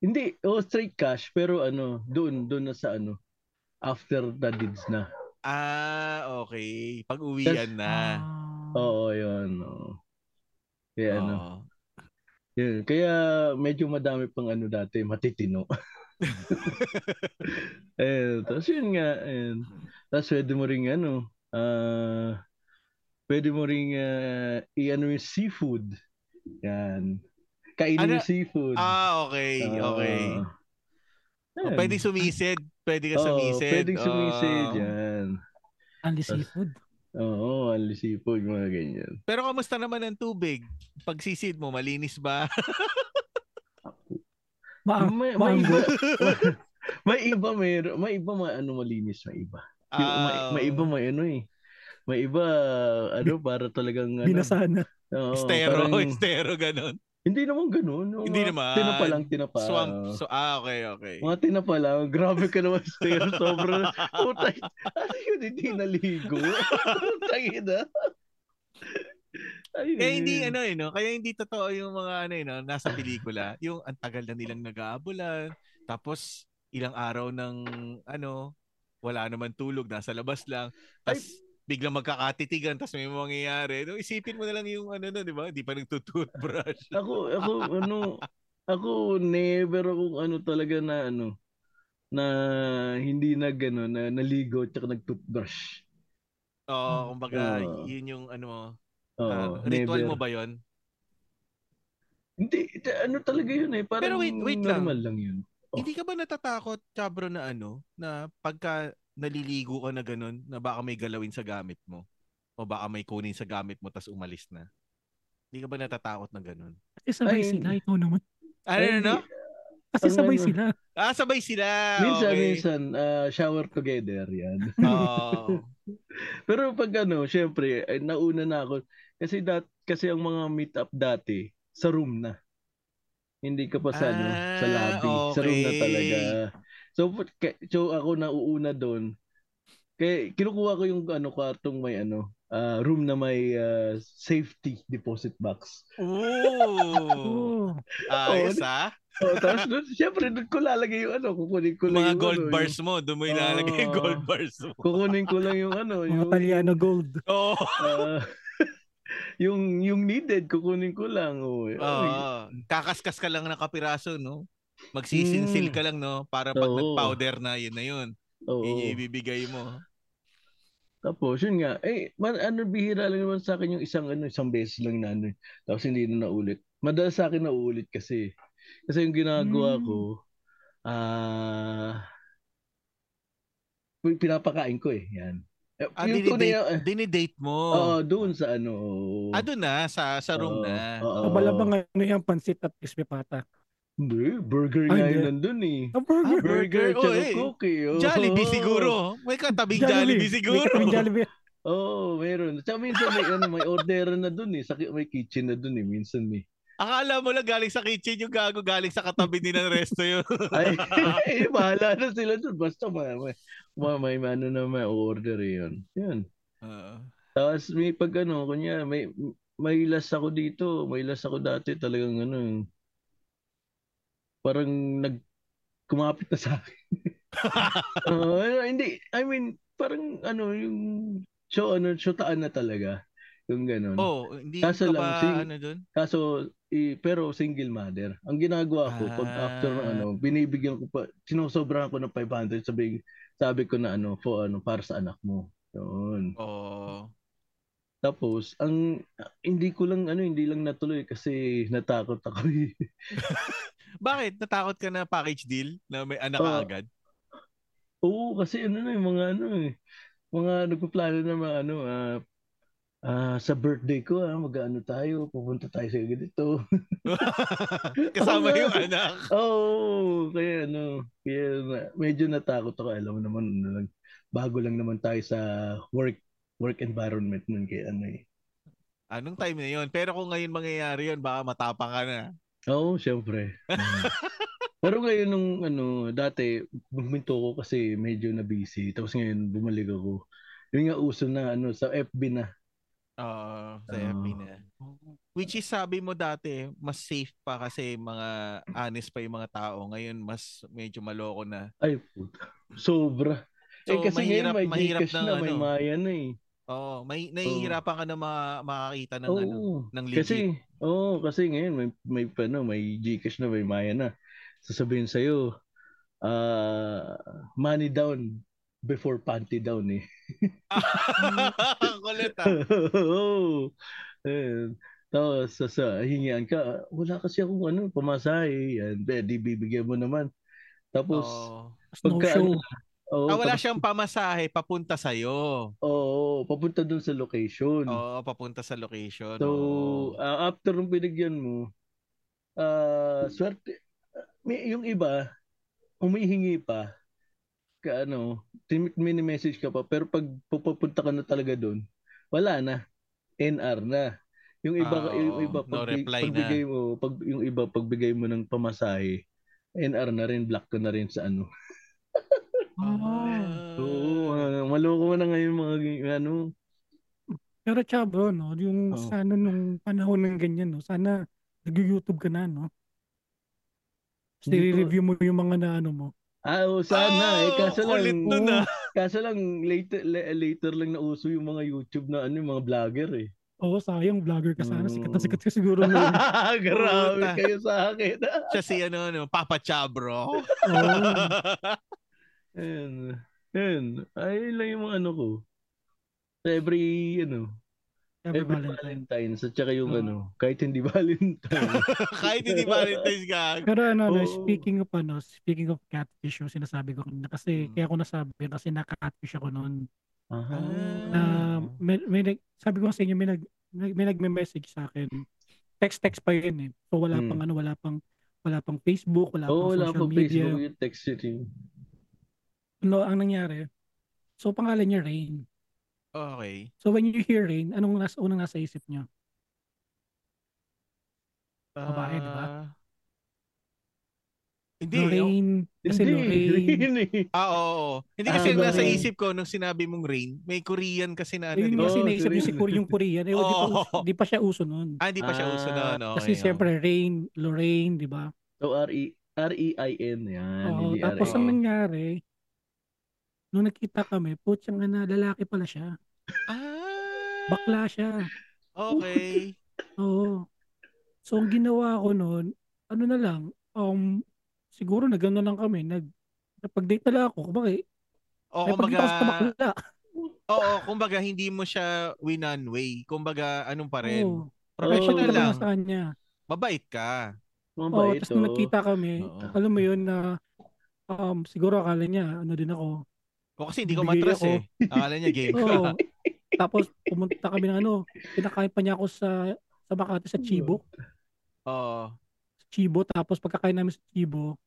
Hindi, oh, straight cash, pero ano, doon, doon na sa ano, after the deeds na.
Ah, okay. Pag-uwian na.
Ah.
Oo, yun. oo. Kaya ano,
Oo.
yun. Kaya medyo madami pang ano
[laughs]
dati, matitino. eh, tapos yun nga, ayun. Tapos pwede mo ring ano, ah, pwede mo ring ah, i-ano yung seafood. Yan. Kainin
Ano-
yung seafood.
Ah, okay. Okay. Oh,
Ah, yan.
Pwede sumisid. Pwede ka
Oo,
sumisid.
Pwedeng sumisid,
Oo.
yan.
Only seafood.
Oo, ang lisipog, mga ganyan.
Pero kamusta naman ang tubig? Pagsisid mo, malinis ba?
Maang,
may, may
maanggo.
iba, [laughs] may iba, may, may iba, may ano, malinis, may iba. [laughs] Yung, may,
Ah,
may iba, may ano eh. May iba, ano, para talagang, ano.
Binasa na.
oo,
Estero,
parang-
estero, ganun.
Hindi naman ganun. yung
Hindi
mga
naman.
Tinapa lang, tinapa.
Swamp.
oo.
So, ah, okay, okay.
Mga tinapa lang. Grabe ka naman, Estero. Sobrang, putay. Ano yun, hindi naligo. Putay na. Ay,
Kaya hindi ano eh, no? Kaya hindi totoo yung mga ano eh, no? nasa pelikula. Yung ang tagal na nilang nag-aabulan. Tapos ilang araw ng ano, wala naman tulog, nasa labas lang. Tapos biglang magkakatitigan, tapos may mangyayari. No, isipin mo na lang yung ano no, di ba? Hindi pa
[laughs]
nagtututbrush.
Ako, ako, ano, ako, never akong ano talaga na, ano, na hindi na gano'n, na naligo at nag-toothbrush.
Oo, oh, kumbaga,
Oo.
yun yung ano,
Oo,
ah, ritual
never.
mo ba yon?
Hindi, ta- ano talaga yun eh, parang
Pero wait, wait lang.
normal lang, yun. Oh.
Hindi ka ba natatakot, Chabro, na ano, na pagka naliligo ka na ganun na baka may galawin sa gamit mo o baka may kunin sa gamit mo tas umalis na? Hindi ka ba natatakot ng ganun?
Kasi Eh, sabay
Ay,
sila, ikaw naman.
Ano
Ay,
na no?
Kasi
ang
sabay
ano.
sila.
Ah, sabay sila.
Minsan,
okay. [laughs]
minsan, ah, shower together, yan. [laughs]
Oo.
Pero pag ano, syempre, ay, nauna na ako. Kasi, dat, kasi ang mga meet-up dati, sa room na. Hindi ka pa sa, ano, sa
Ah,
lobby. Sa room na
okay.
talaga. So, put- ka- so ako nauuna doon. Kaya kinukuha ko yung ano kwartong may ano, ah, room na may ah, safety deposit box.
Ooh.
Oh.
Oo.
Ayos ah.
So, Oh, tapos doon, syempre doon ko lalagay yung ano, kukunin ko
Mga
lang yung
gold
ano, Oh.
bars mo. Doon mo ilalagay yung
Oo.
gold bars mo. [laughs] Oh.
Yung, kukunin ko lang yung ano,
Mga
yung
Taliano gold.
Oo.
ah, [laughs] yung yung needed kukunin ko lang. Oh.
Oo. kakaskas ka lang ng kapiraso, no? Magsisinsil
Mm.
ka lang, no? Para pag
Oo.
nag-powder na, yun na yun.
Oo.
Yun yung ibibigay mo.
Tapos, yun nga. Eh, man, ano, bihira lang naman sa akin yung isang, ano, isang beses lang na, ano, eh. tapos hindi na naulit. Madalas sa akin naulit kasi. Kasi yung ginagawa
Hmm.
ko, ah, pinapakain ko eh, yan. Eh,
Ah,
yung tunay
dinidate,
na, eh,
dinidate mo.
oo, doon sa ano. oo.
Ah, doon na, sa, sa room
Oo,
na.
oo.
Kabalabang ano yung pansit at crispy pata.
Hindi, burger
Ay,
nga
hindi.
yun nandun eh.
A burger.
Burger,
Burger,
oo,
tsaka
eh.
cookie. oh. oo.
Jollibee siguro. May katabing Jollibee, siguro.
May kaming Jollibee.
Oo, meron. Tsaka minsan may, ano, may order na dun eh. Sa, ki- may kitchen na dun eh, minsan eh.
Akala mo lang galing sa kitchen yung gago, galing sa katabi din ng resto
[laughs]
yun.
[laughs]
[laughs]
Ay, eh, bahala na sila dun. Basta may, may, may, may ano na may order eh, yun. Yun.
Oo.
Tapos may pag ano, kunya, may, may last ako dito. May last ako dati talagang ano. yung- Parang nag, kumapit na
[laughs]
sa akin. Oo, ano, hindi, I mean, parang ano, yung show, ano, showtaan na talaga. Yung ganun.
oh, hindi
Kaso
ka
lang,
ba
sige.
ano doon?
Kaso, eh, pero single mother. Ang ginagawa ko, pag
Ah.
after ng ano, binibigyan ko pa, sinosobrahan ko ng 500, sabi, sabi ko na ano, for, ano, para sa anak mo. Yun.
Oo.
Tapos, ang, hindi ko lang, ano, hindi lang natuloy kasi natakot ako. eh. [laughs]
Bakit? Natakot ka na package deal na may anak ka
Oo.
agad?
Oo, kasi ano na, yung mga ano eh, mga nagpaplano na mga ano, ah, ah, sa birthday ko, ah, mag-ano tayo, pupunta tayo sa ganito.
[laughs] [laughs] Kasama
Oo nga. [laughs]
yung anak.
Oo, kaya ano, kaya na- medyo natakot ako. Alam mo naman, ano lang, bago lang naman tayo sa work work environment nun kaya ano eh.
Anong time na yun? Pero kung ngayon mangyayari yun, baka matapang ka na.
Oo, syempre.
[laughs]
Mm. Pero ngayon nung ano, dati buminto ko kasi medyo na busy. Tapos ngayon bumalik ako. Yun nga uso na ano sa FB na.
Oo, sa
Oo.
FB na. Which is sabi mo dati, mas safe pa kasi mga honest pa yung mga tao. Ngayon, mas medyo maloko na.
Ay, puta. Sobra. eh
So,
kasi
mahirap,
ngayon may
mahirap
Gcash
ng
na, may
ano.
Maya na eh.
Oo, may, nahihirapan ka na ma- makakita ng ano.
Oo.
ng legit.
Kasi, oo, kasi ngayon may may ano, may Gcash na, may Maya na. Sasabihin sa iyo, money down before panty down eh.
[laughs] Kulit
[laughs]
ah.
Oo. [laughs] Ayan. Tapos sa, sa hingian ka, "Ah, wala kasi akong ano, pamasahe. Yan, pwede bibigyan mo naman. Tapos
Oo.
Snow
pagka
show.
ano, oo,
Ah, wala
tapos-
siyang pamasahe papunta sa iyo.
oo, papunta dun sa location.
Oo, papunta sa location.
Hmm. So,
oo.
ah, after nung binigyan mo, ah swerte, may, yung iba, umihingi pa, ka ano, tin- mini-message ka pa, pero pag pupunta ka na talaga doon, wala na, NR na. Yung iba,
Ah,
yung
oo.
iba
No reply
pagbigay mo, pag, yung iba, pagbigay mo ng pamasahe, NR na rin, block ka na rin sa ano.
Ah.
Oo, ah, maloko na ngayon mga, gi- ano,
Pero Chabo, no, yung
Oo.
sana nung panahon ng ganyan, no, sana nag-YouTube ka na, no? Tapos
Hindi ko-
review mo yung mga na ano mo.
Ah, oo, sana eh.
Ah,
Kaso lang,
kulit nun, ah.
kaso lang later, la- later lang nauso yung mga YouTube na ano, yung mga vlogger [laughs] eh.
Oo, sayang, vlogger ka
Oo.
sana. Sikat na sikat ka
[laughs]
siguro mo.
Ah, Grabe
Puta.
kayo sa akin.
ah. [laughs]
[laughs]
Siya si ano, ano, Papa Chabro. [laughs]
Oo.
Ayun. Ayun. Ayun lang yung mga ano ko. Every, ano,
Every
Every
Valentine.
Valentine's at saka yung
Oo.
ano, kahit hindi [laughs] Valentine.
Kahit hindi Valentine's gag.
Pero ano, ano,
Oo.
speaking of ano, speaking of catfish, yung sinasabi ko kanina kasi
Mm.
kaya ko nasabi yun kasi na-catfish ako noon. Ah.
Aha. Ah. Mm.
Na may, may nag- sabi ko nga sa inyo may nag may, may nagme-message sa akin. Text text pa yun eh. So wala
Mm.
pang ano, wala pang wala pang Facebook, wala
Oo, oh,
pang
wala
social
pa
media.
Facebook yung text yun. eh.
No, ang nangyari. So pangalan niya Rain.
Okay.
So when you hear Rain, anong nasa unang nasa isip niyo? Babae, di ba?
Ah. Hindi. oh.
Lorraine. Kasi
[laughs]
Lorraine.
Rain eh.
Ah, oo. oo. Hindi kasi
Ah,
yung nasa
Lorraine.
isip ko nung sinabi mong rain, may Korean kasi na ano,
Ayun
di
yung
ba?
kasi
Oo,
naisip
Lorraine.
yung siguro yung Korean. Eh, di, pa,
Oo.
uso- di pa siya uso nun.
Ah, hindi pa siya uso na.
Ah,
ano,
Kasi
okay, oo.
siyempre, Rain, Lorraine, di ba?
So, E, R-E- R-E-I-N. Yan.
Oo,
hindi E
tapos
RA.
ang
R-E-I-N.
nangyari, nung nakita kami, putyang na lalaki pala siya.
Ah,
Bakla siya. [laughs]
Okay.
Oo. So, ang ginawa ko noon, ano na lang, um, siguro nagano lang kami, nag, napag-date na lang ako. Kumbaga,
O
ay,
kumbaga,
pagkita ko sa bakla.
oo, kumbaga hindi mo siya winan way. Kumbaga, anong pa rin?
Oo.
Professional
Pagkita ko
lang.
lang sa kanya.
Mabait ka.
Mga oh.
Oo,
ba
tapos
ito?
nung nakita kami,
Oo.
alam mo yun na, um, siguro akala niya, ano din ako,
O kasi hindi ko
Bigay
matras
ako.
eh. Akala niya game ka.
[laughs] Oo. Tapos pumunta kami ng ano, pinakain pa niya ako sa sa Makati sa Chibo.
[laughs] Oo.
Sa Chibo tapos pagkakain namin sa Chibo,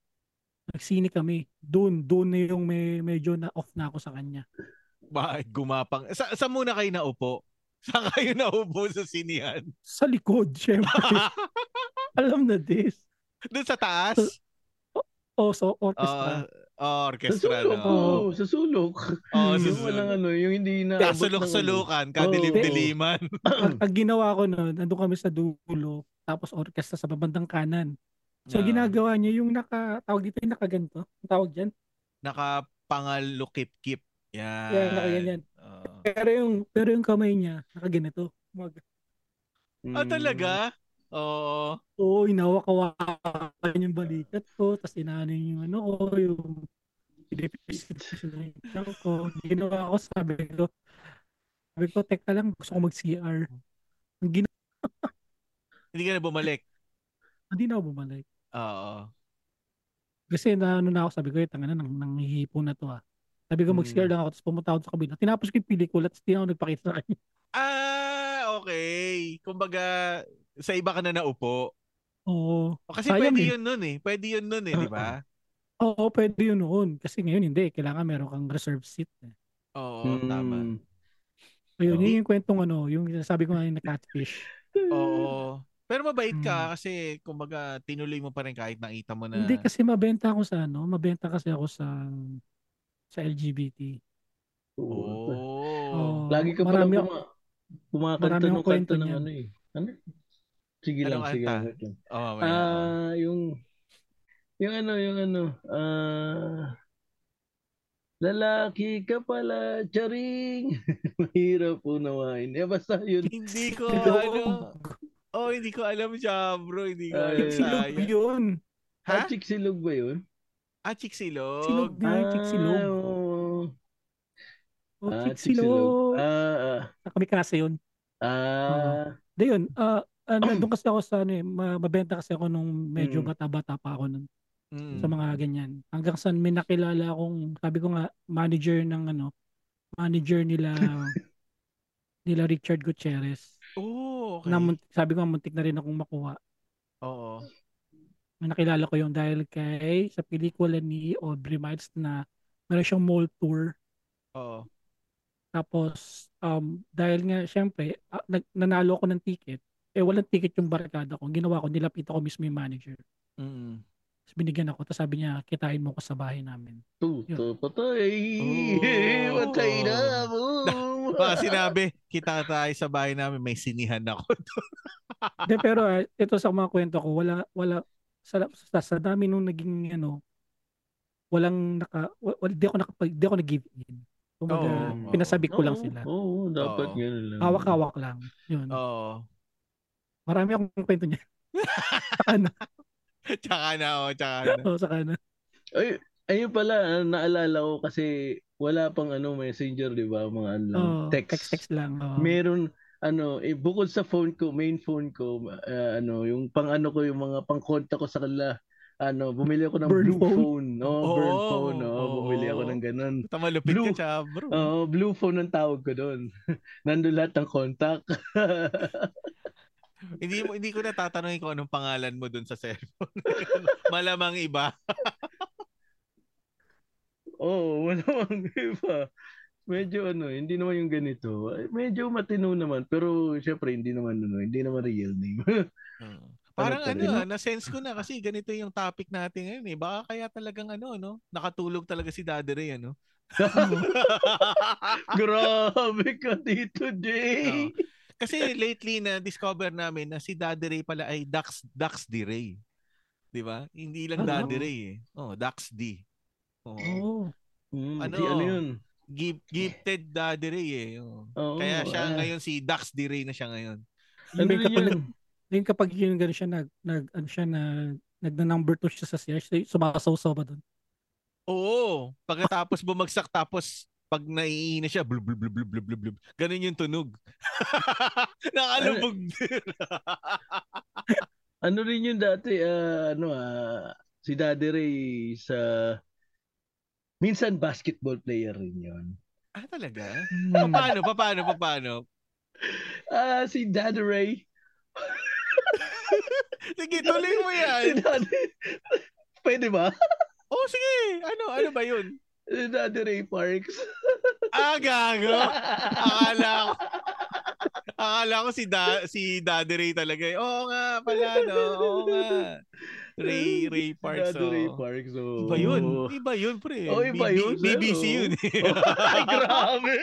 nagsini kami. Doon, doon na yung may, medyo na off na ako sa kanya.
Bakit gumapang? Sa, sa muna kayo naupo? Saan kayo [laughs] naupo sa sinihan?
Sa likod, syempre. alam na this.
Doon sa taas?
Oh, so orchestra.
Oo, oh,
Sa
orchestra.
sulok.
no?
Oo, sa sulok.
Oo, sa
Hmm.
yung
sulok.
walang ano, yung hindi na...
Kasulok-sulukan,
ano.
kadilim-diliman.
ang, ang ginawa ko noon, nandun kami sa dulo, tapos orchestra sa babandang kanan. So
Na
ginagawa niya yung naka, tawag dito yung nakaganto. Ang tawag dyan?
Nakapangalukip-kip. Yan.
Yan, nakaganyan.
Ah, Oo.
Pero yung, pero yung kamay niya, nakaganito. Mag,
ano.
ah,
Mm.
talaga? Oo.
Oo, oh, inawak-awakan yung balikat ko, tapos inaano yung ano ko, yung pinipis-pis na yung tiyan ko. Ginawa ko, sabi ko, sabi ko, teka lang, gusto ko mag-CR. Ang ginawa,
Hindi ka na bumalik.
hindi na ako bumalik.
Oo.
Kasi na, ano na ako, sabi ko, eh, tanga na, nang, nanghihipo na to ah. Sabi ko, mag-CR lang ako, tapos pumunta ako sa kabila. Tinapos ko yung pelikula, tapos di na ako nagpakita sa kanya.
Ah, okay. Kumbaga, sa iba ka na naupo.
Oo,
O, kasi
Sayang
pwede
eh. Ah,
yun nun eh. Pwede yun nun eh, di ba?
oo, pwede yun noon. Kasi ngayon hindi, eh. kailangan meron kang reserve seat. eh.
Oo, Oh,
Mm.
tama.
Ayun,
Oo.
yun yung kwentong ano, yung sabi ko nga yung catfish.
Oo. Pero mabait
Mm.
ka kasi kumbaga tinuloy mo pa rin kahit nakita mo na
Hindi kasi mabenta ako sa ano, mabenta kasi ako sa sa LGBT.
Oo.
Oo.
Lagi ka pala
Marami
kuma- kumakanta
marami
ng
akong kwento
kanta ng
niyan.
ano eh. Ano? Sige lang,
Anong
sige
kanta?
lang. wait lang.
Oo, may- oo.
Ah, yung yung ano, yung ano, ah lalaki ka pala, charing. [laughs] Mahirap unawain. Eh basta yun.
Hindi ko
Si
ano.
Log.
Oh, hindi ko alam siya, bro. Hindi ko
Ay,
alam
Si Log
saya.
yun.
Ha?
Ha? Silog ba yun?
Ah, Chiksilog.
Si Log nga yung Chick si
Ah,
Log.
oo.
Oh,
Ah,
Chick si
Chicxulub.
Log.
Ah, ah.
Kami kasi yun.
Ah,
Hindi yun. ah
[clears throat]
ah, nandun kasi ako sa ano eh, ma- mabenta kasi ako nung medyo
Mm.
bata-bata pa ako nun
Mm.
sa mga ganyan. Hanggang saan may nakilala akong, sabi ko nga, manager ng ano, manager
[laughs]
nila nila Richard Gutierrez.
Oh, okay.
Na, mun- sabi ko, nga, muntik na rin akong makuha.
Oo.
na nakilala ko yung dahil kay sa pelikula ni Aubrey Miles na meron siyang mall tour.
Oo.
Tapos, um, dahil nga, syempre, ah, nag- nanalo ako ng ticket. Eh, walang ticket yung barkada ko. Ang ginawa ko, nilapit ako mismo yung manager.
Mm.
Tapos binigyan ako. Tapos sabi niya, kitain mo ko sa bahay namin.
tuto patay.
Oh.
Patay na
[laughs]
ako.
Baka sinabi, kita tayo sa bahay namin, may sinihan
[laughs]
ako.
De, pero ah, ito sa mga kwento ko, wala, wala, sa, sa, sa dami nung naging, ano, walang naka, wa- wala, di ako nakapag, di ako nag-give in. Kumbaga,
Oo, oo.
pinasabik ko lang
Oo,
sila.
Oo, dapat
Oo.
ganun lang.
Hawak-hawak lang. Yun.
Oo.
Marami akong kwento niya. sa kanan.
tsaka na, oh, tsaka na.
[laughs] Oo, sa kanan.
Ay, ayun pala, ah, naalala ko kasi wala pang ano messenger, 'di ba? Mga ano lang,
Oo,
text.
text. text lang. Oo.
Meron ano, eh, bukod sa phone ko, main phone ko, ah, ano, yung pang ano ko, yung mga pang konta ko sa kanila, ano, bumili ako ng
Burn
blue
phone.
phone. Oh, burn
Oo,
phone. Oh,
oo,
bumili ako
oo.
ng ganun.
Puta, malupit ka
Blue.
siya, bro.
Ah.
Oo, blue phone ang tawag ko doon. [laughs] Nandun lahat ng contact.
Hindi mo hindi ko natatanungin kung anong pangalan mo dun sa cellphone. [laughs] Malamang iba.
Oo, [laughs] wala mang iba. Medyo ano, hindi naman yung ganito. Medyo matino naman, pero syempre hindi naman ano, hindi naman real
[laughs]
name. [laughs]
Parang
Ano pa
ano,
rin?
ah, na-sense ko na kasi ganito yung topic natin ngayon eh. Baka kaya talagang ano, no? Nakatulog talaga si Daddy Ray, ano?
Grabe ka dito, Jay.
Oo. Kasi lately na discover namin na si Daddy Ray pala ay Dax Dax D Ray. 'Di ba? Hindi lang
Ah,
Daddy
oo.
Ray eh. Oh, Dax D. Oh.
Oo.
Mm,
Ano?
ano? Si, ano yun?
Gi- gifted Daddy Ray eh. Oo.
Oo,
Kaya siya
ah,
ngayon si Dax D Ray na siya ngayon.
Ano
Ngayon kapag,
yun?
ngayon kapag yun ganun siya, nag, nag, ano siya, nag, nagna-number 2 siya sa search, sumasaw-saw ba doon?
Oo. Pagkatapos bumagsak tapos pag naiihi na siya, blub blub blub blub blub blub blub. Ganun yung tunog. [laughs] Nakalubog din.
Ano rin yun dati, ah, ano ah, si Daddy Ray sa... Minsan basketball player rin yun.
ah, talaga?
Hmm.
Paano, paano, paano?
Ah, si Daddy Ray.
Sige, tuloy mo yan.
Si Daddy... [laughs] Pwede ba?
Oh, sige. Ano, ano ba yun?
Si Daddy Ray Parks.
Ah, gago. Akala ko. Akala ko si da, si Daddy Ray talaga. eh. Oo nga pala no. Oo nga. Ray
[laughs]
Ray Parks.
Daddy Ray
oh.
Parks. Oh.
Iba yun. Iba yun, pre.
Oh, iba
BB
yun, sir,
BBC
oh.
yun. eh.
[laughs] Ay, grabe.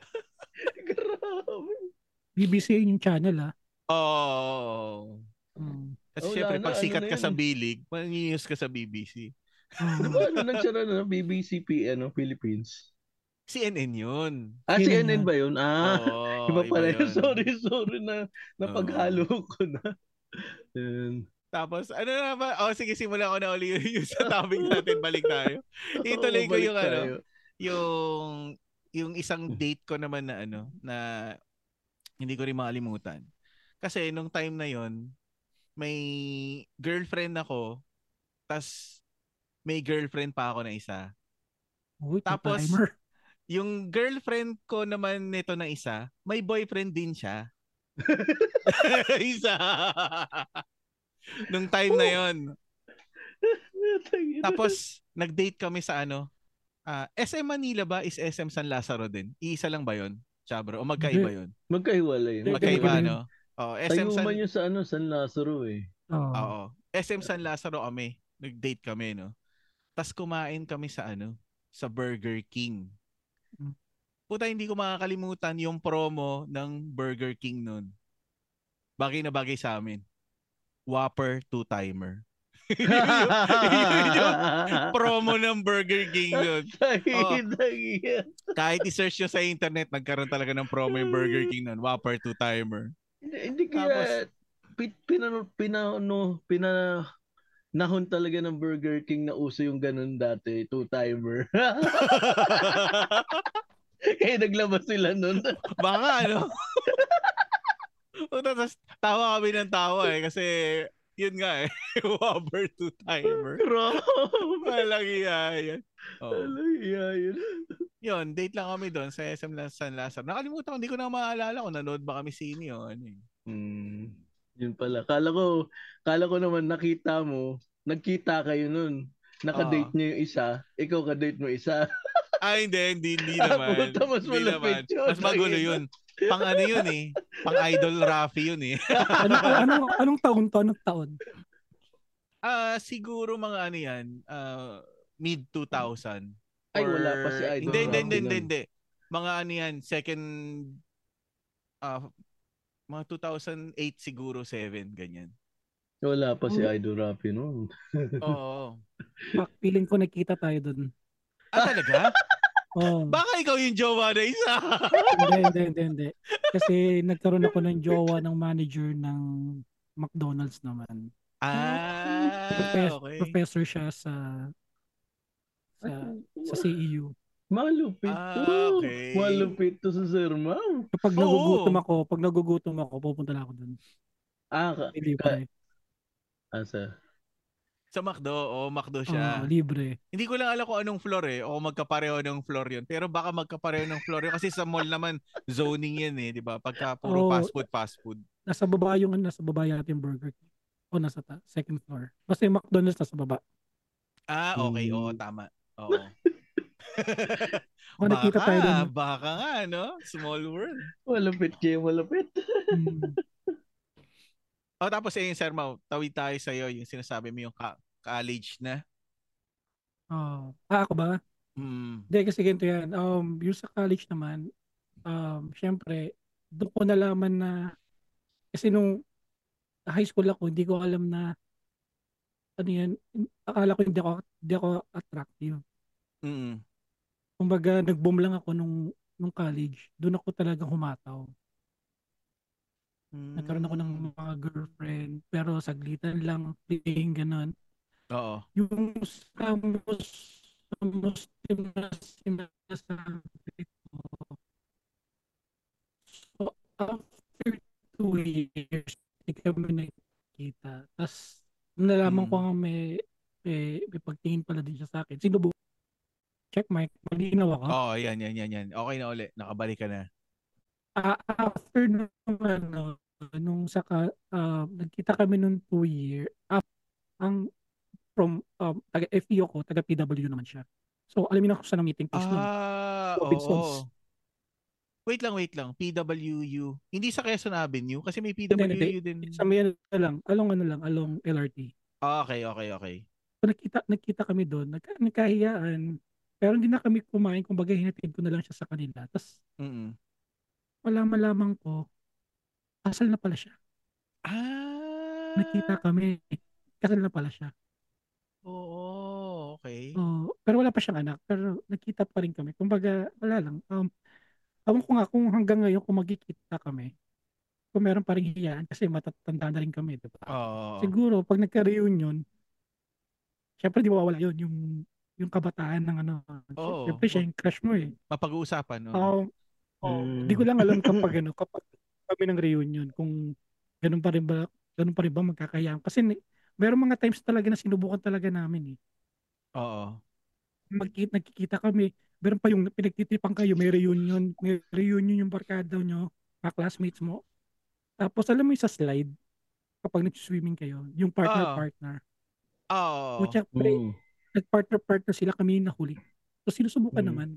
[laughs] grabe.
BBC yun yung channel, ah.
Oo.
Hmm.
Kasi
Wala
syempre,
na,
pag
ano
sikat
na
ka
yun
sa
eh.
bilig, mangingius ka sa BBC.
Ano ba? Ano lang siya na, BBC P, ano, Philippines?
CNN yun.
Ah,
Yun
CNN
na.
ba yun? Ah,
Oo,
iba pala yun.
yun.
Sorry, sorry na napaghalo ko na. Yun.
Tapos, ano na ba? Oh, sige, simulan ko na uli yung, yung sa topic natin. Balik tayo. Ituloy
Oo,
ko
balik
yung ano,
tayo.
Yung, yung isang date ko naman na ano, na hindi ko rin makalimutan. Kasi nung time na yon may girlfriend ako, tas may girlfriend pa ako na isa.
Uy,
Tapos,
timer.
Yung girlfriend ko naman nito na isa, may boyfriend din siya. [laughs] isa. Nung time na yon.
Tangina.
Tapos nag-date kami sa ano? ah, SM Manila ba is SM San Lazaro din? Iisa lang ba yon? Chabro, o magkaiba yon?
Magkahiwalay. yun.
Magkaiba
Magkaiba.
no? Oh, SM San
Tayuman yun sa ano, San Lazaro eh.
[laughs] Oo.
Oo. SM San Lazaro kami. Nag-date kami no. Tapos kumain kami sa ano? Sa Burger King.
Hmm.
Mm.
Puta, hindi ko makakalimutan yung promo ng Burger King noon. Bagay na bagay sa amin. Whopper two-timer. [laughs] [laughs] yun.
[laughs]
promo ng Burger King noon.
Tangina.
Kahit i-search nyo sa internet, nagkaroon talaga ng promo yung Burger King noon. Whopper two-timer. [laughs]
Hindi, hindi kaya pin, pinano pinano pina nahon talaga ng Burger King na uso yung ganun dati, two-timer. [laughs] kaya naglabas sila
[laughs]
nun.
Baka ano? [laughs] Puta, tas tawa kami ng tawa eh. Kasi, yun nga eh. [laughs] Whopper two-timer.
Grabe.
Walang iya yan. Oh.
Alam, iya yun.
Yun, date lang kami doon sa SM Las- San Lazaro. Nakalimutan ko, hindi ko na maalala kung nanood ba kami sini o ano eh.
Hmm, yun pala. Kala ko, kala ko naman nakita mo, nagkita kayo nun. Nakadate
Oo.
niya yung isa, ikaw kadate mo isa.
Ay, hindi, hindi, hindi
Ah,
naman.
[laughs] puta, mas
Hindi
malapit
naman.
yun.
Mas magulo yun. Pang ano yun eh. Pang idol Rafi yun eh.
ano, anong, anong taon to? Anong taon?
Ah, siguro mga ano yan, ah, mid 2000.
Ay, wala pa si Idol
Hindi, hindi,
Rafi
hindi, hindi,
nun.
hindi. Mga ano yan, second ah mga 2008 siguro, 7
[laughs]
ganyan.
Wala pa si
Hmm.
Idol Rapi nun.
Oo.
Fuck, feeling ko nakita tayo doon.
ah, talaga?
Oo.
Baka ikaw yung jowa na
[laughs]
isa.
hindi, hindi, hindi, hindi. Kasi nagkaroon ako ng jowa ng manager ng McDonald's naman.
ah,
Profes-
okay.
Professor siya sa E sa, sa CEU.
Malupit
Ah,
to.
okay.
Malupit to sa Sir Mau.
Kapag
Oo.
nagugutom ako, pag nagugutom ako, pupunta na ako doon.
Ah, ka-
Libre.
asa.
Sa McDo, o McDo
Ah,
siya.
libre.
Hindi ko lang alam kung anong floor eh, o kung magkapareho ng floor yun. Pero baka magkapareho ng floor yun. Kasi sa mall naman, zoning yan eh, di ba? Pagka puro
Oo.
fast food, fast food.
Nasa baba yung ano, nasa baba yata yung Burger King. O nasa ta- second floor. Basta yung McDonald's nasa baba.
Ah, okay.
Hmm.
Oo, tama. Oo.
[laughs] Kung nakita
baka,
tayo doon.
baka nga, no? Small world.
Malupit kayo, malupit.
Mm.
O tapos eh, Sir Mau, tawid tayo sa'yo yung sinasabi mo yung ka- college na.
Oh, ah, ako ba?
Hmm.
Hindi, kasi ganito yan. Um, yung sa college naman, um, syempre, doon ko nalaman na, kasi nung high school ako, hindi ko alam na, ano yan, akala ko hindi ako, hindi ako attractive.
Mm.
Kumbaga, nag-boom lang ako nung, nung college. Doon ako talaga humataw.
Hmm.
Nagkaroon ako ng mga girlfriend, pero saglitan lang, dating ganun.
Oo.
Yung sa most, sa most sinasabi ko, So, after two years, hindi kami nakikita. Tapos, nalaman
Mm.
ko nga may, may, may pagtingin pala din siya sa akin. Sino bu- Check, Mike. Malinaw ako.
Oo, yan, yan, yan, yan. Okay na uli. Nakabalik ka na.
Ah, after nung ano, nung saka, ah, nagkita kami nung two year, af- ang from um, taga FEO ko, taga PW naman siya. So, alamin ako sa meeting place nun.
Ah, oo.
Robinsons.
Wait lang, wait lang. PWU. Hindi sa Quezon Avenue kasi may
hindi, hindi.
PWU din.
Sa may ano lang, along ano lang, along LRT.
Ah, okay, okay, okay.
So, nakita, nakita kami doon, nagka, nagkahiyaan. Pero hindi na kami kumain, kumbaga hinatid ko na lang siya sa kanila. Tapos,
Mm.
wala malaman ko, kasal na pala siya.
Ah.
Nakita kami, kasal na pala siya.
Oo, okay.
Oo, pero wala pa siyang anak, pero nakita pa rin kami. Kumbaga, wala lang. Um, awan ko nga kung hanggang ngayon kung magkikita kami, kung meron pa rin hiyaan kasi matatanda na rin kami, di ba?
Oo.
Siguro, pag nagka-reunion, syempre di mawawala yun, yung, yung kabataan ng ano.
Oo.
Syempre siya yung crush mo eh.
Mapag-uusapan, no?
Oo. Oo.
Hmm.
Mm.
Hindi Oh, ko lang alam kapag ano, kapag kami ng reunion, kung ganun pa rin ba, ganun pa rin ba magkakayaan. Kasi ni- meron mga times talaga na sinubukan talaga namin eh.
Oo.
Magkita, Mm. nagkikita kami, meron pa yung pinagtitipan kayo, may reunion, may reunion yung barkada nyo, mga classmates mo. Tapos alam mo yung sa slide, kapag nag-swimming kayo, yung partner-partner.
Ah, Oo.
Oh. Kutya, pre,
Mm.
nag-partner-partner sila kami yung nahuli. So sinusubukan
Mm.
naman.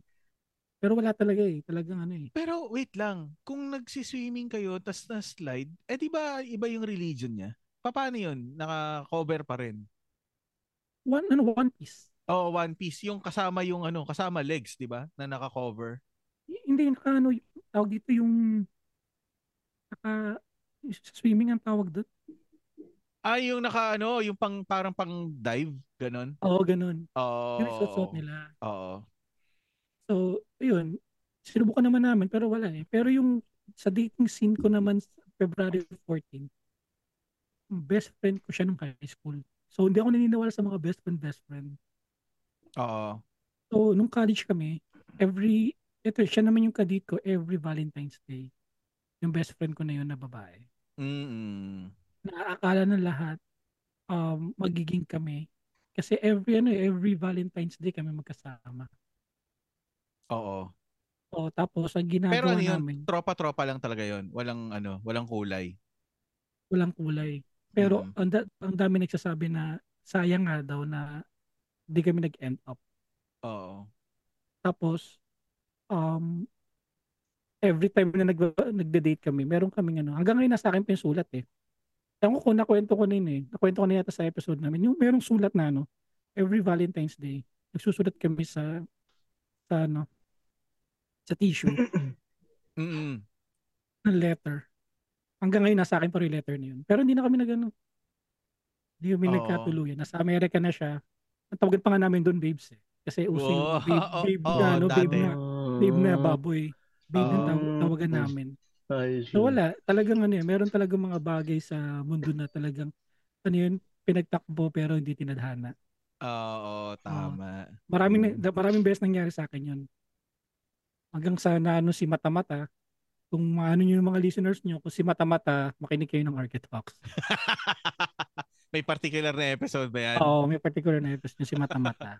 Pero wala talaga eh. Talagang ano eh.
Pero wait lang, kung nagsiswimming kayo tas na-slide, eh di ba iba yung religion niya? Pa- Paano yun? Naka-cover pa rin.
One, ano, one piece.
Oo, one piece. Yung kasama yung ano, kasama legs, di ba? Na naka-cover.
Y- Hindi, naka ano, yung tawag dito yung naka yung sa swimming ang tawag doon.
Ah, yung naka ano, yung pang, parang pang dive, ganon.
Oo, ganun.
Oo.
Yung isusuot nila.
Oo.
So, yun. Sinubukan naman namin, pero wala eh. Pero yung sa dating scene ko naman sa February 14, yung best friend ko siya nung high school. So, hindi ako naniniwala sa mga best friend, best friend.
Oo.
So, nung college kami, every, ito, siya naman yung kadit ko every Valentine's Day. Yung best friend ko na yun na babae.
Mm-mm.
Naaakala ng lahat, um, magiging kami. Kasi every, ano, eh, every Valentine's Day kami magkasama.
Oo.
O, tapos, ang
Pero
ginagawa
ano yun,
namin,
tropa-tropa lang talaga yun. Walang ano, walang kulay.
walang kulay. Pero
Mm.
ang, da- ang dami nagsasabi na sayang nga daw na di kami nag-end up.
Oo.
Tapos, um, every time na nag nagde-date kami, meron kaming ano, hanggang ngayon nasa akin pa yung sulat eh. Ewan ko kung nakwento ko na yun eh. Nakwento ko na yata sa episode namin. Yung merong sulat na ano, every Valentine's Day, nagsusulat kami sa, sa ano, sa tissue,
Mm-mm.
ng letter. Hanggang ngayon nasa akin pa rin yung letter na yun. Pero hindi na kami nag ano, hindi kami
Oo.
nagkatuluyan. Nasa Amerika na siya. Ang tawagan pa nga namin doon babes eh. Kasi uso yung
Oo.
babe,
[laughs] Oo,
babe
oo,
na ano,
Oh,
babe
dati. Mm. Ah,
na, babe na baboy. Babe na taw-
Oo.
tawagan namin.
Ayos
So
yun.
wala, talagang ano yun, meron talagang mga bagay sa mundo na talagang, ano yun, pinagtakbo pero hindi tinadhana.
Oo, tama.
Mm.
Maraming, na- maraming beses nangyari sa akin yun. hanggang sa naano si Matamata. Kung maano nyo yung mga listeners nyo, kung si Matamata, makinig kayo ng Arcade Fox.
May particular na episode ba yan?
Oo, may particular na episode yung si Matamata.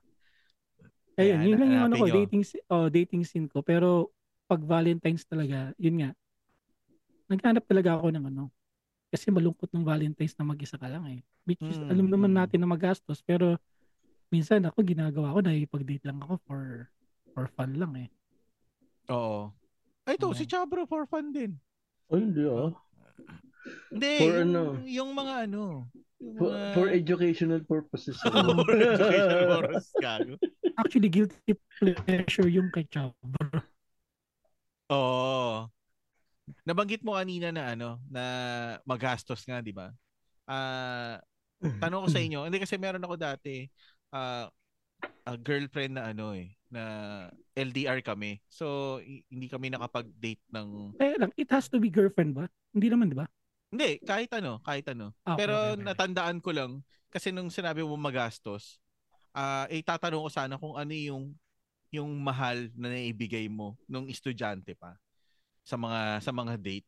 Ayun,
Ayan,
yun lang yung ano ko,
hanapin nyo.
dating, si- oh, dating scene ko. Pero pag Valentine's talaga, yun nga, naghanap talaga ako ng ano. Kasi malungkot ng Valentine's na mag-isa ka lang eh. Which is,
Mm,
alam naman
mm.
natin na magastos. Pero minsan ako, ginagawa ko, nakipag-date lang ako for for fun lang eh.
Oo. Ay, ito,
Oo.
si Chabro for fun din.
Oh, hindi ah.
Hindi,
For
yung,
ano?
yung mga ano. yung
For,
mga- [laughs]
for educational purposes. eh.
for
[laughs]
education purposes, gago.
Actually, guilty pleasure yung kay Chabro.
Oo. Nabanggit mo kanina na ano, na magastos nga, 'di ba? Ah, tanong ko sa inyo, hindi kasi meron ako dati ah a girlfriend na ano eh, na LDR kami. So i- hindi kami nakapag-date ng
Eh lang, it has to be girlfriend ba? Hindi naman, di ba?
hindi, kahit ano, kahit ano.
Ah, okay, okay,
Pero
okay.
natandaan ko lang kasi nung sinabi mo magastos, ah eh tatanong ko sana kung ano yung yung mahal na naibigay mo nung estudyante pa sa mga sa mga date.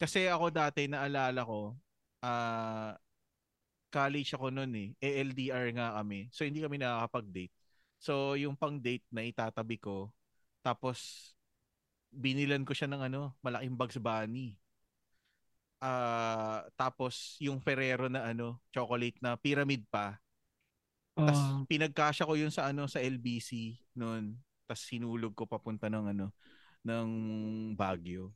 Kasi ako dati naalala ko, ah college ako noon eh, eh, LDR nga kami. So hindi kami nakakapag-date. So yung pang-date na itatabi ko, tapos binilan ko siya ng ano, malaking bags bunny. Ah, tapos yung Ferrero na ano, chocolate na pyramid pa. Tapos
Ah.
Oh,
pinagkasya ko yun sa ano sa LBC noon. Tapos sinulog ko papunta ng ano ng
Oh,
Baguio.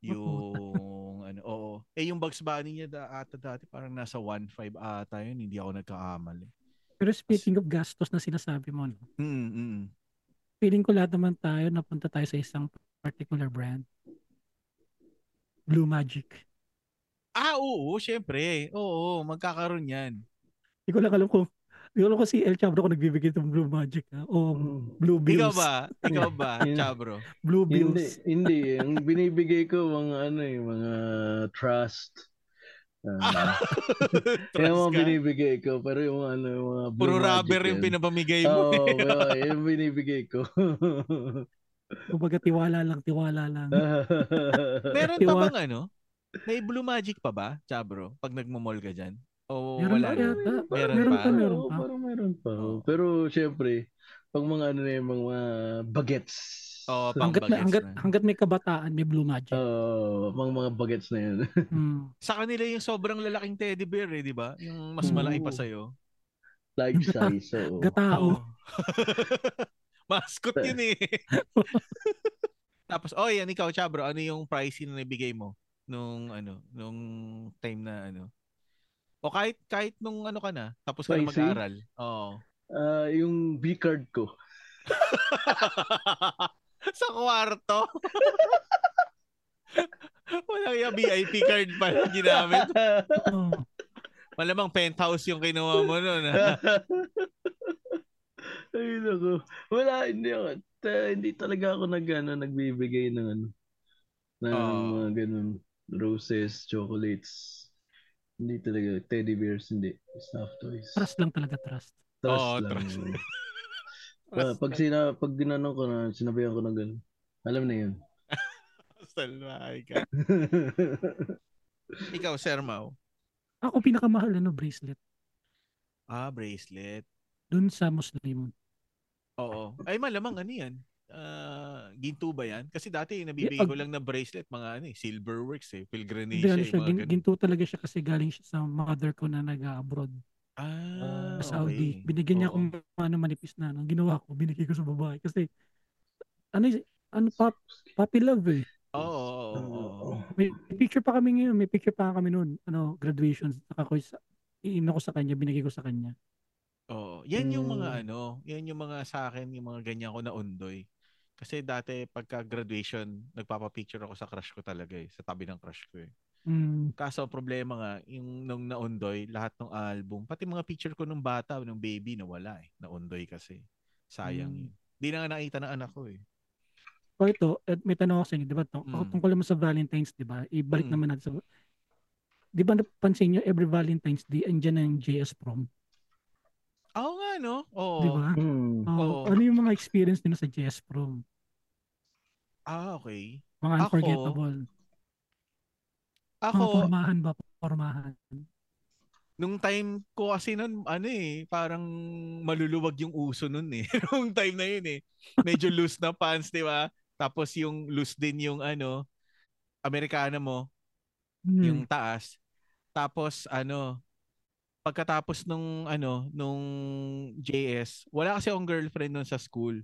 Yung ano, oo. Eh yung Bugs Bunny niya da, ata dati parang nasa 1.5 ata yun, hindi ako nagkakamali.
pero speaking of gastos na sinasabi mo, no?
Mm, mm.
feeling ko lahat naman tayo napunta tayo sa isang particular brand. Blue Magic.
Ah, oo, syempre. Oo, magkakaroon 'yan.
Hindi ko lang alam kung hindi ko alam kung si El Chabro kung nagbibigay ng Blue Magic ha? o
Mm.
Blue
Ikaw
Bills.
ba? Ikaw ba,
[laughs] Yun.
Chabro?
Blue
Hindi,
Bills.
hindi. Ang binibigay ko mga ano eh, mga trust. [laughs] Ah,
Trust
yung mga
ka.
binibigay ko. Pero yung ano, yung mga blue
Puro
magic
rubber yung
yun.
pinapamigay mo.
Oo,
eh.
oh, yung binibigay
[laughs]
ko. [laughs]
Kumbaga tiwala lang, tiwala lang.
Meron pa
Iwa-
bang ano? May Blue Magic pa ba, Chabro? Pag nagmo-mall ka dyan? O
Meron
wala
pa
na?
yan. yata.
Meron pa?
Meron
Oo,
pa.
Parang meron pa.
Oo.
Pero syempre, pag mga ano na yung mga bagets.
Oo, pang-
Hanggat, may,
bagets
hanggat,
na.
hanggat may kabataan, may Blue Magic.
Oo, mga mga bagets na yun.
Mm.
Sa kanila yung sobrang lalaking teddy bear eh, di ba? [laughs] Yung mas
Oo.
malaki pa sa'yo.
Life size.
[laughs]
oo.
Gatao.
Oo. [laughs] Mascot yun eh. [laughs] Tapos, oh yan, ikaw, Chabro, ano yung pricing na nabigay mo? Nung ano, nung time na ano? O kahit kahit nung ano ka na, tapos ka na
Pricing?
mag-aaral. Oo.
Ah, yung B-card ko. [laughs]
[laughs] sa kwarto. Walang yung VIP card pala ginamit.
Oo.
Malamang penthouse yung kinuha mo nun. ah.
Ay, naku. Wala, hindi ako. ta- hindi talaga ako nag, ano, nagbibigay ng ano. Ng
Oo.
mga ganun. Roses, chocolates. Hindi talaga. Teddy bears, hindi. Stuffed toys.
Trust lang talaga, [laughs] trust.
Trust
Oo,
lang.
trust.
[laughs]
Ah, pag, sina, pag ginano ko na, sinabihan ko na ganun. Alam na yun.
Salbahay ka. Ikaw, Sir Mau.
Ako pinakamahal ano bracelet
Ah, bracelet.
dun sa Muslim.
Oo. Ay, malamang ano yan? Ah, ginto ba yan? Kasi dati nabibigay ko lang na bracelet, mga ano eh, Silverworks eh,
Hindi
Pilgranation,
ano
yung
siya,
mga
gin-
ganun.
ginto talaga siya kasi galing siya sa mother ko na nag-abroad.
Ah,
sa
okay.
Saudi. Binigyan niya
Oo.
akong mga ano, manipis na ano. Ginawa ko, binigay ko sa babae. Kasi, ano, y- ano pop, puppy love eh.
Oo, oo, oo, oo.
May picture pa kami ngayon, may picture pa kami noon. Ano, graduation. Saka ko, sa- iino ko sa kanya, binigay ko sa kanya.
Oo. Yan yung mga
Mm.
Hmm.
ano, yan yung mga sa akin, yung mga ganyan ko na undoy. Kasi dati pagka graduation, nagpapapicture ako sa crush ko talaga eh, sa tabi ng crush ko eh.
Mm,
Kaso problema nga, yung nung naundoy, lahat ng album, pati mga picture ko nung bata, nung baby, nawala eh. Naundoy kasi. Sayang
Mm.
yun. Di na nga nakita ng anak ko eh.
o ito, at may tanong ako sa inyo, di ba? Tong,
Mm.
ako tungkol naman sa Valentine's, di ba? Ibalik
Mm.
naman natin sa... Di ba napansin nyo, every Valentine's Day, andyan na yung JS prom.
Oo nga no? Oo.
Di ba?
Hmm.
Oh,
Oo.
Ano yung mga experience nyo sa JS prom?
Ah, okay.
Mga
Ako,
unforgettable. mga
Ako,
formahan ba? Formahan.
nung time ko kasi nun, ano eh, parang maluluwag yung uso nun eh. [laughs] nung time na yun eh. Medyo loose na pants, di ba? Tapos yung loose din yung ano, Amerikana mo,
Hmm.
yung taas. Tapos ano, pagkatapos nung ano, nung JS, wala kasi akong girlfriend nun sa school.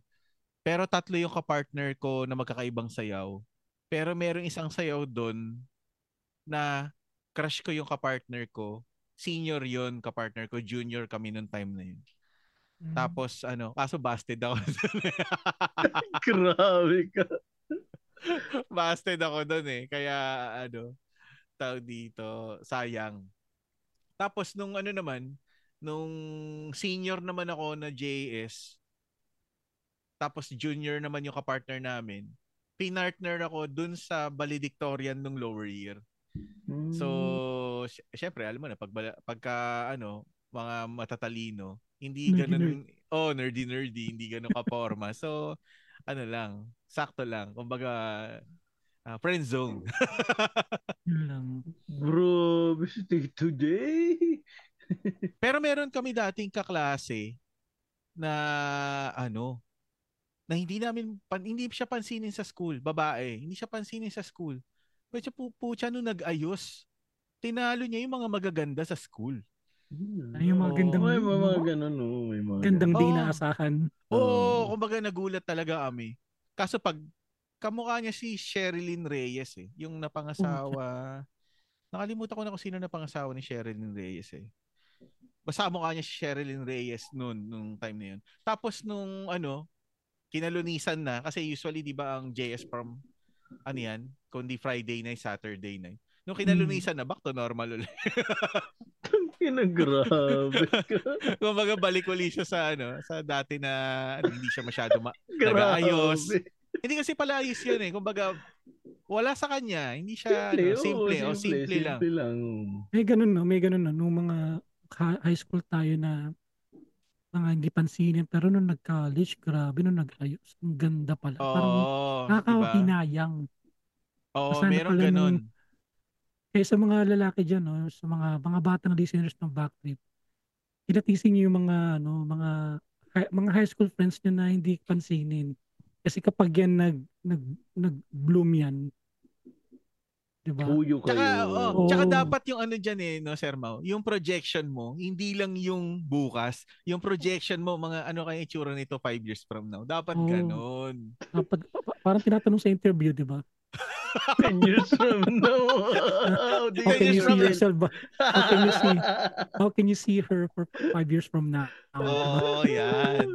Pero tatlo yung kapartner ko na magkakaibang sayaw. Pero merong isang sayaw doon na crush ko yung kapartner ko. Senior yon kapartner ko. Junior kami nung time na yun.
Hmm.
Tapos ano, kaso busted ako. [laughs]
Grabe ka.
busted ako doon eh. Kaya ano, tawag dito, sayang. Tapos nung ano naman, nung senior naman ako na JS, tapos junior naman yung kapartner namin, pinartner ako dun sa valedictorian nung lower year. So,
Mm.
sy- syempre, alam mo na, pag, pagka, ano, mga matatalino, hindi
Nerdy,
ganun, oh, nerdy-nerdy, hindi ganun kaporma. so, ano lang, sakto lang. Kumbaga, ah, friend zone.
Yun lang.
Hmm, bro, visiting today.
Pero meron kami dating kaklase na, ano, na hindi namin, pan, hindi siya pansinin sa school, babae, hindi siya pansinin sa school. Pero siya po, po siya nung nag-ayos, tinalo niya yung mga magaganda sa school. Ano
Ay, yung mga
Oo.
gandang,
May mga, mga ganun, oo, may mga
gandang di
Oo.
inaasahan.
Oo,
Oo.
kumbaga nagulat talaga kami. Kaso pag kamukha niya si Sherilyn Reyes eh, yung napangasawa. Nakalimutan ko na kung sino napangasawa ni Sherilyn Reyes eh. Basta mukha niya si Sherilyn Reyes noon nung time na yun. Tapos nung ano, kinalunisan na kasi usually 'di ba ang JS prom ano yan, kundi Friday night, Saturday night. Nung kinalunisan na back to normal ulit. [laughs]
Tangina, grabe ka.
Kumbaga balik ulit siya sa ano, sa dati na ano, hindi siya masyado ma- Nag-aayos.
Grabe.
Hindi kasi pala ayos yun eh. Kumbaga, wala sa kanya. Hindi siya
Simple,
ano, simple,
oo,
o simple, lang.
Simple lang. oh.
May ganun, no? May ganun, no? Nung mga ka- high school tayo na mga hindi pansinin. Pero nung nag-college, grabe, nung nag-ayos. Ang ganda pala.
Oo,
Parang ah,
diba?
nakakahinayang.
Oo,
Kasana
meron
pala
ganun.
nung- Kaya Eh, sa mga lalaki dyan, no, sa mga mga bata na listeners ng Backtrip, kinatisin niyo yung mga ano, mga hi- mga high school friends niyo na hindi pansinin. Kasi kapag yan nag nag nag-bloom yan, 'di ba?
Puyo kayo.
Tsaka, oh. oo,
[laughs]
Oo.
tsaka dapat yung ano dyan eh, no, Sir Mau, yung projection mo, hindi lang yung bukas, yung projection mo, mga ano kaya itsura nito five years from now. Dapat
Oo.
ganun.
Kapag Ah, pa- pa- parang tinatanong sa interview, 'di ba?
10 years from
[laughs]
now. Wow, di
How
Ten
can
years
you see
from now.
yourself? ba- How can you see? How can you see her for five years from now? Diba?
Oo, yan.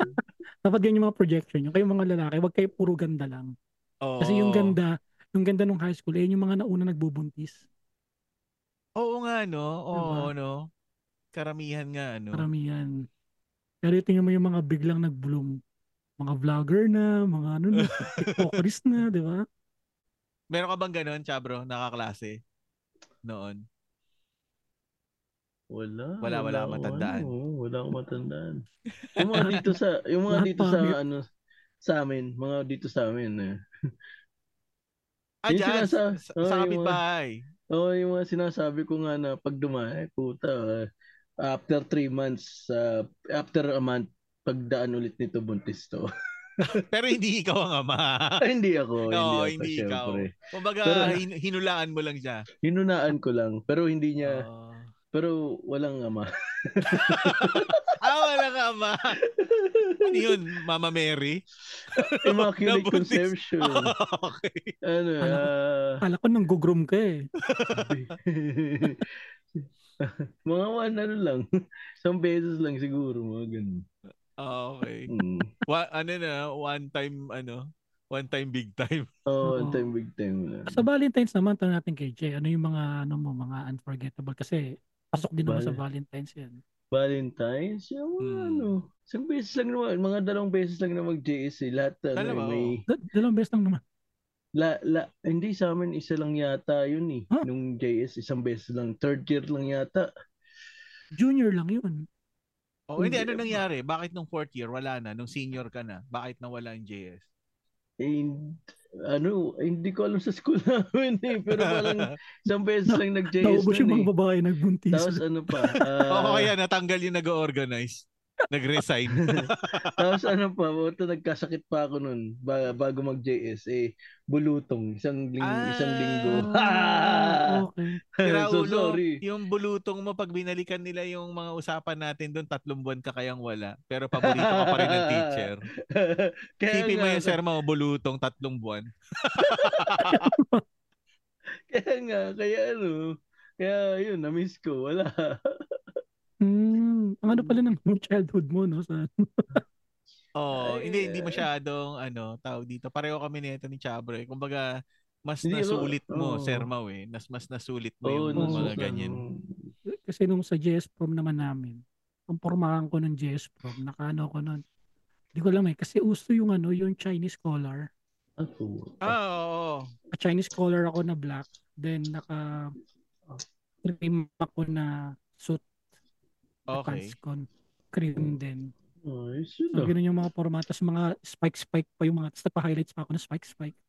Dapat ganyan yung mga projection nyo. Kayo mga lalaki, wag kayo puro ganda lang.
Oo.
Kasi yung ganda, yung ganda nung high school, eh, yun yung mga nauna nagbubuntis.
Oo nga, no? Oo,
Diba?
no? Karamihan nga, ano?
Karamihan. Pero tingnan mo yung mga biglang nag-bloom. Mga vlogger na, mga ano na, tiktokers na, di ba?
Meron ka bang ganun, Chabro, nakaklase? Noon.
Wala.
Wala, wala akong
akong
matandaan.
Ano, wala akong
[laughs]
matandaan. Yung mga dito sa, yung mga
Lahat
dito sa,
pangit.
ano, sa amin, mga dito sa amin. Eh.
Ah,
Yung
dyan, sa,
sinasa-
sa, sa
oh, yung mga-
kapitbahay.
Oo, yung mga sinasabi ko nga na pag dumae, puta, eh, after three months, ah, after a month, pagdaan ulit nito buntis
[laughs]
to.
[laughs]
[laughs]
Pero hindi ikaw ang ama.
Ay, hindi ako.
Oo,
hindi,
hindi
ako,
ikaw.
syempre.
Kumbaga,
Pero-
hin- hinulaan mo lang siya. Ah.
Hinunaan ko lang, pero hindi niya,
Oo.
pero walang ama.
ah, wala ka ama. [laughs] Ano
[laughs]
yun, Mama Mary? [laughs]
Immaculate
Nabuntis. [laughs]
conception.
okay.
ano,
Alam ko.
ah,
Kala ko nang gugroom ka eh.
[laughs] mga one, ano lang, isang beses lang siguro, mga ganun.
Ah, Okay.
Mm.
Wa, ano na, one time, ano, one time big time. [laughs]
Oh,
Oo.
one time, big time na.
Sa Valentine's naman, tanong natin kay Jay, ano yung mga, ano mo, mga unforgettable? Kasi pasok din naman
Val-
sa Valentine's yan.
Valentine's? Yung mga
Hmm.
ano, isang beses lang naman, mga dalawang beses lang na mag-JS eh. Lahat ano,
Dalawa,
eh, may,
Da- dalawang beses lang naman.
la, la, hindi sa amin, isa lang yata yun eh.
Huh?
Nung JS, isang beses lang. Third year lang yata.
Junior lang yun.
Oh, hindi,
Hindi,
ano
ama.
nangyari? Bakit nung fourth year, wala na? Nung senior ka na, bakit nawala yung JS?
Eh, ano, eh, hindi ko alam sa school [laughs] namin eh. Pero
[laughs]
[laughs]
parang isang beses lang nag-JS
Naubos yung
nun
mga
eh.
babae nagbuntis.
Tapos ano
[laughs]
pa? ah,
Oo, kaya natanggal yung nag-organize. Nag-resign. [laughs]
Tapos ano pa, buto nagkasakit pa ako nun ba- bago mag-JS. Eh, bulutong. Isang, ling- isang
[laughs]
linggo. [laughs]
Ah, okay.
Kiraulo,
so sorry. [laughs]
yung bulutong mo, pag binalikan nila yung mga usapan natin doon, tatlong buwan ka kayang wala. Pero paborito ka pa rin ng teacher.
[laughs] Kaya
Sipi mo
nga-
yung sir mo, bulutong, tatlong buwan.
[laughs] Kaya nga, kaya ano. Kaya yun, na-miss ko.
[laughs]
Wala.
Hmm, ang ano pala ng childhood mo, no? Sa,
Oo,
Ay,
hindi, hindi
ay.
masyadong, ano, tao dito. Pareho kami nito ni Chabro. Eh. Kumbaga, mas
Hindi ako-
nasulit mo,
oo.
sir Mau, eh. Mas, mas nasulit mo
Oo,
yung
nasulit
mga
nasusunod.
ganyan.
kasi nung sa JS prom naman namin, ang pormahan ko ng JS prom, nakaano ko nun. Hindi ko alam eh, kasi uso yung ano, yung Chinese collar.
Ako.
Ah, oo. oo.
A Chinese collar ako na black, then naka cream ako na suit na
Okay.
pants ko. Cream din.
Ay,
So,
sino?
ganun yung mga format. Tapos mga spike-spike pa yung mga, tapos napa-highlights pa ako ng spike-spike.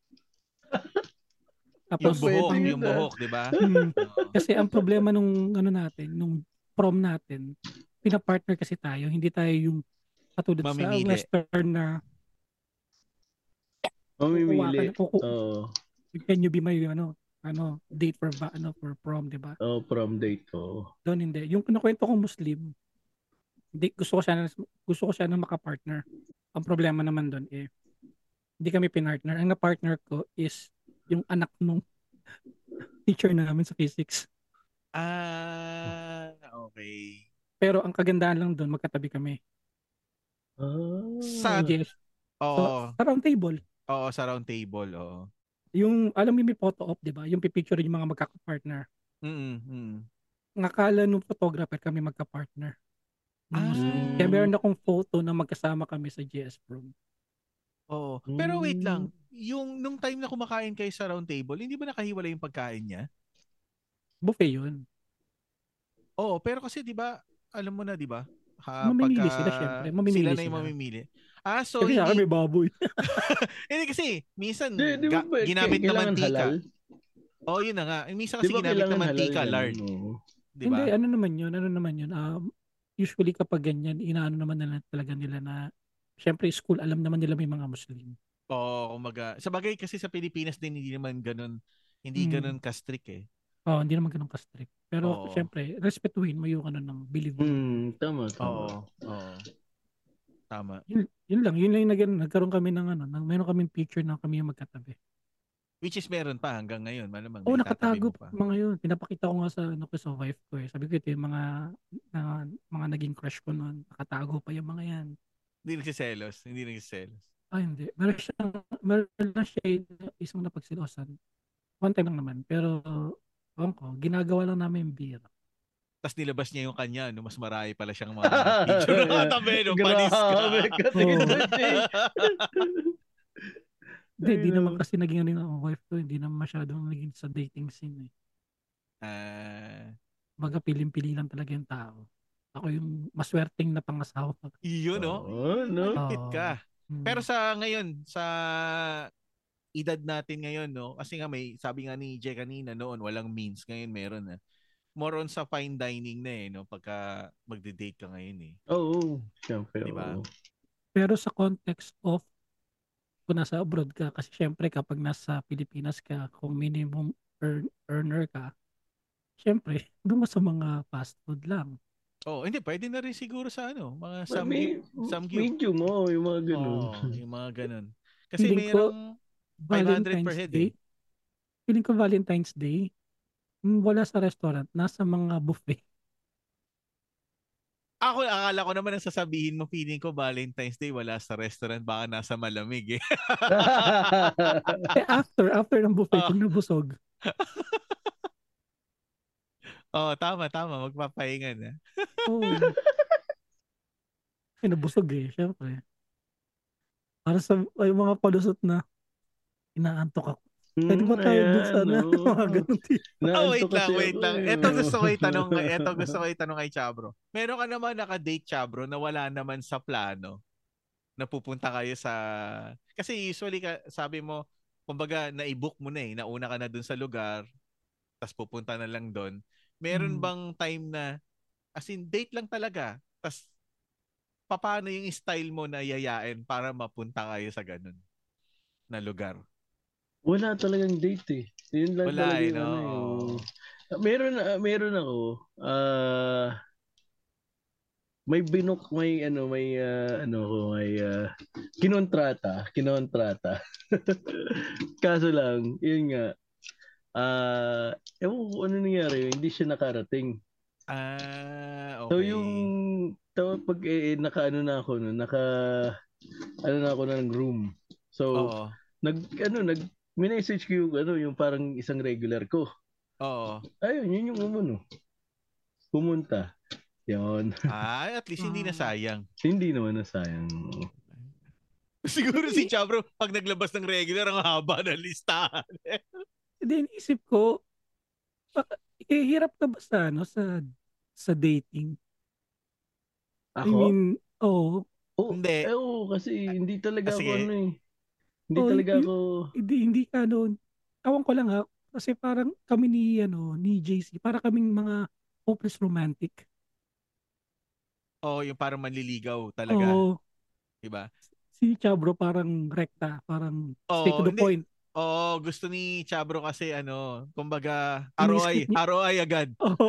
Yung
Tapos,
pwede
buhok,
yun,
[laughs] yung
ah.
buhok, di ba?
[laughs]
Hmm.
Oo.
Kasi ang problema nung ano natin, nung prom natin, pinapartner kasi tayo. Hindi tayo yung katulad
Mamimili.
sa western na
Mamimili.
kukuha ka na- kuku-
Oo.
can you be my ano, ano, date for ba, ano, for prom, di ba?
Oh, prom date ko.
Doon hindi. Yung kinukwento kong Muslim, hindi, gusto ko siya na, gusto ko siya na makapartner. Ang problema naman doon eh, hindi kami pinartner. Ang na-partner ko is yung anak nung [laughs] teacher namin sa physics.
Ah, okay.
Pero ang kagandahan lang doon, magkatabi kami.
Ah.
Sa-
Yes.
Oo,
Sa round table.
oo, sa round table, oo.
Yung, alam mo yung may photo op, di ba? Yung pipicture yung mga magkakapartner.
Mm, mm.
Ang akala nung photographer kami magkapartner. Nung Muslim.
Ah.
Hmm.
Kaya meron akong photo na magkasama kami sa GS prom.
Oo. Pero wait
Mm.
lang,
Hmm.
yung nung time na kumakain kayo sa round table, hindi ba nakahiwalay yung pagkain niya?
Buffet yun.
Oo, pero kasi 'di ba, alam mo na 'di ba? Ha,
Mamimili sila, syempre. Mamimili
sila. na yung
sila.
mamimili. Ah, so hindi,
Kasi sa akin may baboy.
hindi kasi minsan
Di, di ba
ga-
pwede-
ginamit na
kailangan
mantika.
halal?
Oo, yun na nga. Eh, Minsan
Di
kasi
ba
ginamit na
kailangan halal
mantika,
yan?
lard,
Oo.
'di ba?
Hindi, ano naman yun, ano naman yun. Um, usually kapag ganyan, inaano naman nila talaga nila na, syempre school, alam naman nila may mga Muslim.
Oo, kumaga. Sa bagay kasi sa Pilipinas din hindi naman ganun hindi
Mm.
ganun ka-strict eh.
Oh, hindi naman ganun ka-strict.
Oo.
Pero syempre, respetuhin mo yung ano ng belief mo.
Hmm, tama, tama.
Oo. Oo. Tama.
Yun, yun lang, yun lang yung nag- nagkaroon kami ng ano, ng, meron kaming picture na kami yung magkatabi.
Which is meron pa hanggang ngayon, malamang.
Oo,
may tatabi
nakatago
mo pa.
pa. mga yun. Pinapakita ko nga sa, ano, ko, sa wife ko eh. Sabi ko, ito yung mga, na- mga naging crush ko noon. Nakatago pa yung mga yan.
Hindi nagsiselos. Hindi nagsiselos.
Ah, hindi. Meron siyang, meron lang siya yung isang napagsilosan. One time lang naman. Pero, ewan ko, ginagawa lang namin yung beer.
Tapos nilabas niya yung kanya, no? mas marami pala siyang mga [laughs] picture na katabi, no? Panis ka.
Grabe ka,
Oo.
[laughs]
Tito Jay.
Hindi,
Ay,
di
no.
naman kasi naging ano yung ang wife ko. Hindi naman masyadong naging sa dating scene eh.
Ah,
Baga piling-pili lang talaga yung tao. Ako yung maswerteng na pangasawa.
yun, no? Diba?
Oo, no?
Malupit ka.
Hmm.
Pero sa ngayon, sa edad natin ngayon, no? Kasi nga may, sabi nga ni Jay kanina noon, walang means. Ngayon meron na. More on sa fine dining na eh, no? Pagka magde-date ka ngayon eh.
Oo, syempre,
Di ba?
oo.
Pero sa context of kung nasa abroad ka, kasi syempre kapag nasa Pilipinas ka, kung minimum earn, earner ka, syempre, [laughs] doon ka sa mga fast food lang.
Oh, hindi, pwede na rin siguro sa ano, mga samgyup.
May-
some give.
medium, oo, yung mga ganun. [laughs]
Oo, yung mga ganun. Kasi
Feeling ko,
mayroong 500 per
Valentine's
head
Day.
eh.
Feeling ko Valentine's Day, mm, wala sa restaurant, nasa mga
[laughs]
buffet.
Ako, akala ko naman ang sasabihin mo, feeling ko Valentine's Day, wala sa restaurant, baka nasa malamig eh. [laughs]
Eh, after, after ng buffet,
Ah.
pag nabusog.
Oo, tama, tama, magpapahinga na. [laughs]
Oh. Eh, nabusog eh, syempre. Para sa ay, mga palusot na, inaantok ako. Pwede ba tayo dun sa
Hmm, Ayan,
ano?
oo.
[laughs] mga ganun ti-
Oh, wait lang,
Naantok Ah, kasi
wait
ako,
lang.
eh.
Ito gusto ko itanong, kay- ito gusto ko itanong kay Chabro. Meron ka naman naka-date Chabro na wala naman sa plano na pupunta kayo sa... Kasi usually, ka, sabi mo, kumbaga, na-book mo na eh, nauna ka na dun sa lugar, tas pupunta na lang dun. Meron
Hmm.
bang time na, as in, date lang talaga, tas paano yung style mo na yayain para mapunta kayo sa ganun na lugar?
Wala talagang date eh. Yun lang
Wala
talaga
eh,
yung
no?
ano, yung- Meron, ah, meron ako. ah, may binok, may ano, may ah, ano ko, may ah, kinontrata, kinontrata. [laughs] Kaso lang, yun nga. Ah, ewan ko kung ano nangyari, hindi siya nakarating.
Ah, okay.
So yung tawa pag eh, eh, naka ano na ako no, naka ano na ako ng room. So
Oo.
nag ano nag minessage ko yung ano yung parang isang regular ko.
Oo.
Ayun, yun yung umuno. Pumunta. Yun. [laughs]
Ay, at least hindi
Ah.
nasayang.
Hindi naman nasayang.
[laughs] Siguro si Chabro, pag naglabas ng regular, ang haba ng [laughs] listahan.
Then isip ko, ah, eh, hirap ka ba sa, ano, sa, sa dating? I
Ako?
mean, oo.
Oo.
Hindi.
Eh, oo, kasi hindi talaga
Ah,
ako
sige.
ano eh. Hindi
Oo,
talaga
yun-
ako [laughs]
hindi, hindi ka noon. Awan ko lang ha, kasi parang kami ni, ano, ni JC, para kaming mga hopeless romantic.
Oo, yung parang manliligaw talaga.
Oo.
Diba?
Si Chabro parang rekta, parang stick
Oo,
to the
hindi.
point. [laughs]
Oo, gusto ni Chabro kasi ano, kumbaga, ROI,
Ini-skip ni-
ROI agad.
Oo.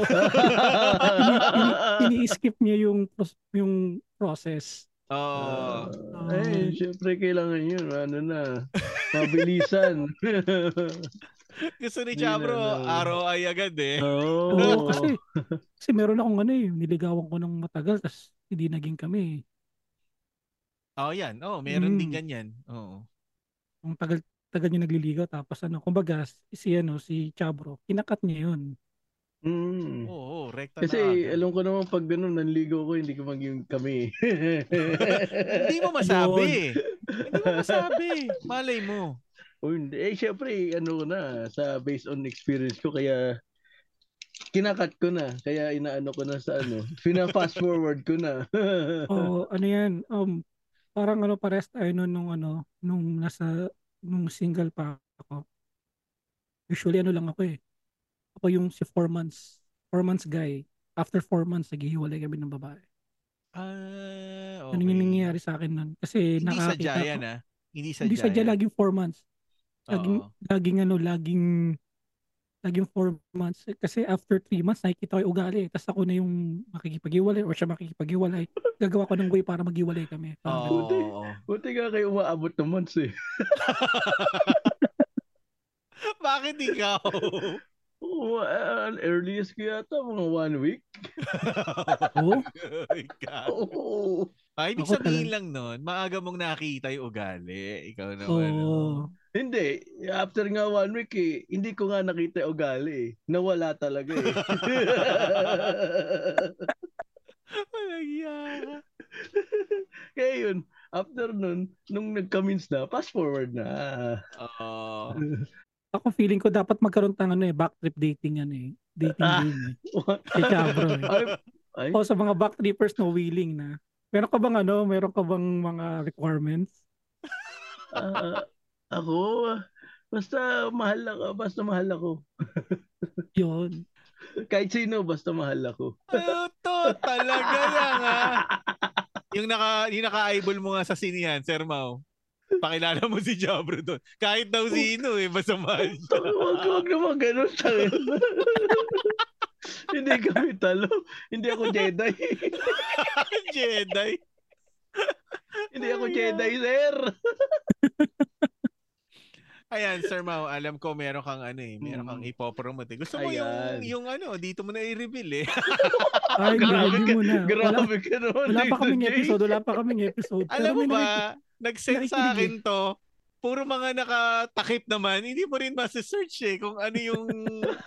Ini-skip niya yung pros- yung process.
Oo.
Ah, eh, syempre kailangan yun. Ano na. Mabilisan.
[laughs]
[laughs]
gusto ni
hindi
Chabro,
na, no.
ROI agad eh.
Oo.
Oo, kasi kasi meron akong ano eh, niligawan ko ng matagal tapos hindi naging kami. eh.
Oo, Oh, yan. Oo, meron din
Mm.
ganyan. Oo.
Ang tagal-tagal niya nagliligaw tapos ano, kumbaga si ano si Chabro, kinakat niya 'yun.
Mm.
Oo, oo, rekta
Kasi
na agad.
alam ko naman pag ganun, nanligo ko, hindi ko maging kami. [laughs]
Hindi mo [laughs] masabi. Hindi mo masabi. Malay mo.
O hindi. Eh, syempre, ano ko na, sa based on experience ko, kaya kinakat ko na. Kaya inaano ko na sa ano. [laughs] Fina-fast forward ko na. [laughs]
Oo, ano 'yan? Um parang ano pares tayo nun nung ano nung nasa nung single pa ako. Usually ano lang ako eh. Ako yung si four months, four months guy. After four months, naghihiwalay kami ng babae.
Ah, okay.
Ano yung nangyayari sa akin nun? Kasi
Hindi sadya
nakakita
yan,
ko.
ah. Hindi sadya.
Hindi sadya,
yan.
laging four months. Laging,
Oo.
laging ano, laging, laging four months. Kasi after three months, nakikita ko yung ugali. Tapos ako na yung makikipag-iwalay or siya makikipag-iwalay. Gagawa ko ng way para mag-iwalay kami.
Oo.
Parang ganun.
oo, oo.
Buti nga kayo umaabot ng months eh.
Bakit ikaw? [laughs] Oh
Oo, ah, ang earliest ko yata, mga one week. [laughs]
Oo.
Ikaw.
Oo.
Ay, ibig
Ako
sabihin
talaga.
lang nun, maaga mong nakita yung ugali. Ikaw
Oo.
naman. oh.
Hindi. After nga one week eh, hindi ko nga nakita yung ugali eh. Nawala talaga eh. [laughs]
Walang yaka.
Kaya yun, after nun, nung nagkamins na, fast forward na.
Oo.
Ako feeling ko dapat magkaroon tayong ano eh, backtrip dating ano eh. Dating
Ah.
game eh. Si Chabro eh.
Ay, ay,
O sa mga backtrippers na willing na. Meron ka bang ano? Meron ka bang mga requirements?
ah, ako, ah, basta mahal ako, basta mahal ako.
Yun.
Kahit sino, basta mahal ako.
Ano to? Talaga lang ah. Yung naka yung naka-eyeball mo nga sa sinihan, Sir Mau. Pakilala mo si Jabro doon. Kahit daw sino eh, basta mahal siya.
Tang- Huwag, huwag naman ganun sa [laughs] Hindi kami talo. Hindi ako Jedi. [laughs]
Jedi.
Hindi ako Jedi, sir.
Ayan, Sir Mau, alam ko meron kang ano eh, meron kang
Mm.
ipopromote eh. Gusto mo
Ayan.
yung, yung ano, dito mo na i-reveal eh.
Ay,
Grabe
grabe
ka-
mo na. Wala,
Grabe ka naman.
wala pa
Dr.
kaming
J.
episode. Wala pa kaming episode.
alam
Pero
mo eh.
may
ba,
nakik-
nag-send sa
nakikinig
akin to, puro mga nakatakip naman, hindi mo rin masesearch eh kung ano [laughs] yung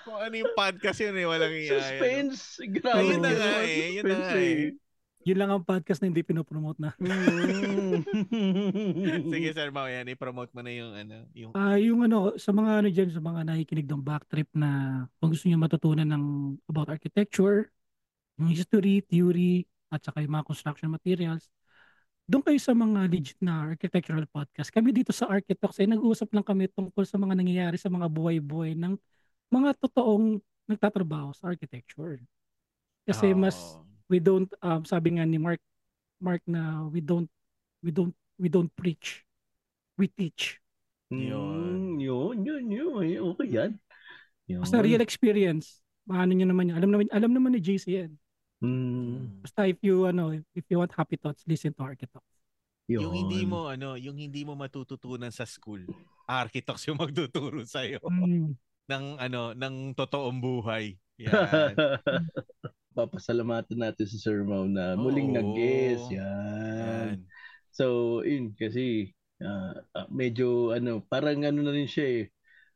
kung ano yung podcast yun eh, walang iya.
Suspense. Grabe
Yun na
ka
nga
naman,
eh, yun na nga
suspense
eh.
Yun lang ang podcast na hindi pinopromote na.
Mm.
[laughs] ano. Sige Sir Mau, yan, i-promote mo na yung ano, yung
Ah, yung ano, sa mga ano dyan, sa mga nakikinig ng backtrip na kung gusto nyo matutunan ng about architecture, yung history, theory, at saka yung mga construction materials, doon kayo sa mga legit na architectural podcast. Kami dito sa Architox ay nag-uusap lang kami tungkol sa mga nangyayari sa mga buhay-buhay ng mga totoong nagtatrabaho sa architecture. Kasi mas
Oo.
we don't um, sabi nga ni Mark Mark na we don't we don't we don't preach. We teach.
Yun.
Mm, yun, yun, yun. Ay, Okay yan. Yun.
Basta real experience. Paano niyo naman yun? Alam naman alam naman ni JCN.
Mm,
Basta if you ano, if you want happy thoughts, listen to Architox.
yun.
Yung hindi mo ano, yung hindi mo matututunan sa school, architects yung magtuturo sa iyo
Mm.
ng ano, ng totoong buhay.
[laughs]
[laughs]
Yan.
Papasalamatan natin si Sir Mau na muling
Oo.
nag-guess. Yan.
Yan.
So, in kasi ah, ah, medyo ano, parang ano na rin siya eh.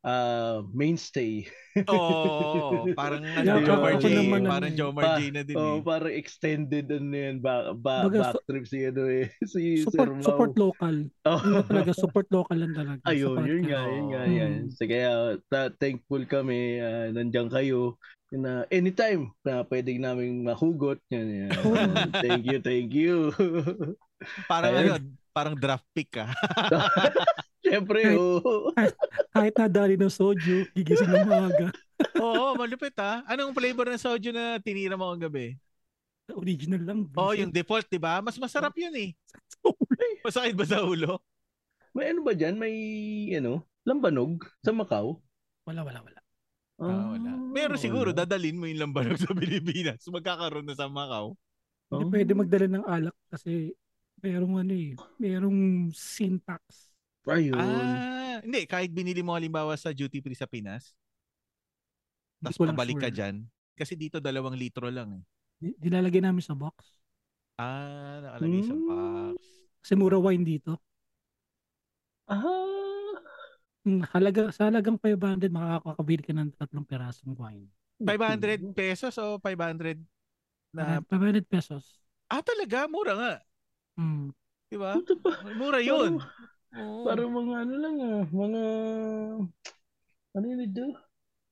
ah, mainstay.
Oo,
[laughs]
parang ano,
Yeah,
Jomar
ako
J,
naman,
ano
parang
eh.
Jomar
Pa-
J na din.
Oh,
eh.
parang extended ano yan, ba, ba,
Baga,
back trip si ano eh, [laughs] si Sir
Support
Mau.
support local.
Oh.
Ano [laughs] talaga support local lang talaga. sa
Ayun, yun nga,
podcast.
yun nga,
Mm.
yan. So, kaya ta- thankful kami, ah, nandiyan kayo na anytime na pwedeng naming mahugot.
[laughs]
Yan, yan. thank you, thank you. [laughs]
Parang
Ayun.
ano, parang draft pick ah.
Siyempre,
Right.
oo.
Kahit nadali ng soju, gigising ng maaga. [laughs]
Oo, malupit ah. Anong flavor ng soju na tinira mo ang gabi?
Original lang.
Oh,
Oo,
[laughs]
yung default, 'di ba? Mas masarap 'yun eh. Masakit ba sa ulo?
May ano ba dyan? May, ano, lambanog sa Macau?
Wala, wala, wala.
Ah, wala. Meron siguro dadalin mo yung lambanog [laughs] sa Pilipinas. Magkakaroon na sa Macau.
Hindi
Oh.
pwede magdala ng alak kasi merong ano eh, merong syntax.
Ayun.
Ah, hindi kahit binili mo halimbawa sa duty free sa Pinas,
Hindi
tapos
ko lang
pabalik ka
sure.
diyan kasi dito dalawang litro lang eh.
Di- Dilalagay namin sa box.
Ah, nakalagay sa
Hmm.
box.
Kasi mura wine dito.
Ah.
Hmm, Halaga, sa halagang 500, makakakabili ka ng tatlong pirasong wine.
500 pesos o 500 na
Na, 500 pesos.
Ah, talaga mura nga,
Mm.
'di ba?
Puta pa.
Mura
[laughs]
'yun. Oo.
Parang mga ano lang ah, mga ano yun ito?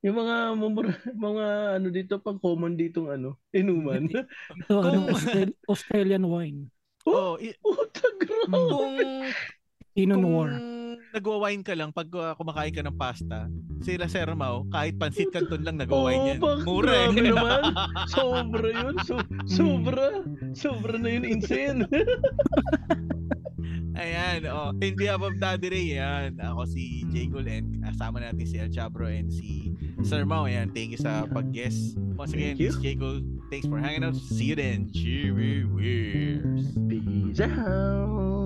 Yung mga mumura- [laughs] mga ano dito pang common ditong ano,
[laughs]
inuman.
Ito,
Kung-
ano, Austral- Australian wine.
Oo, Oh, i-
Puta gra.
Mm.
kung
Inon
kung
War.
nagwa-wine ka lang pag uh, kumakain ka ng pasta, sila Sir Mau, kahit pansit kanton lang
[laughs] Oo,
nagwa-wine yan.
bak-
Mura eh.
grabe naman. Sobra yun. So- sobra. Sobra na yun. Insane.
[laughs] Ayan, oh. In behalf of Daddy Ray, yan. Ako si
Hmm.
Jay Gul and kasama natin si El Chabro and si Sir Mau. Ayan, thank you sa pag-guest. Once again,
Thank you.
this is Jay Gul. Thanks for hanging out. See you then. Cheers.
Peace out.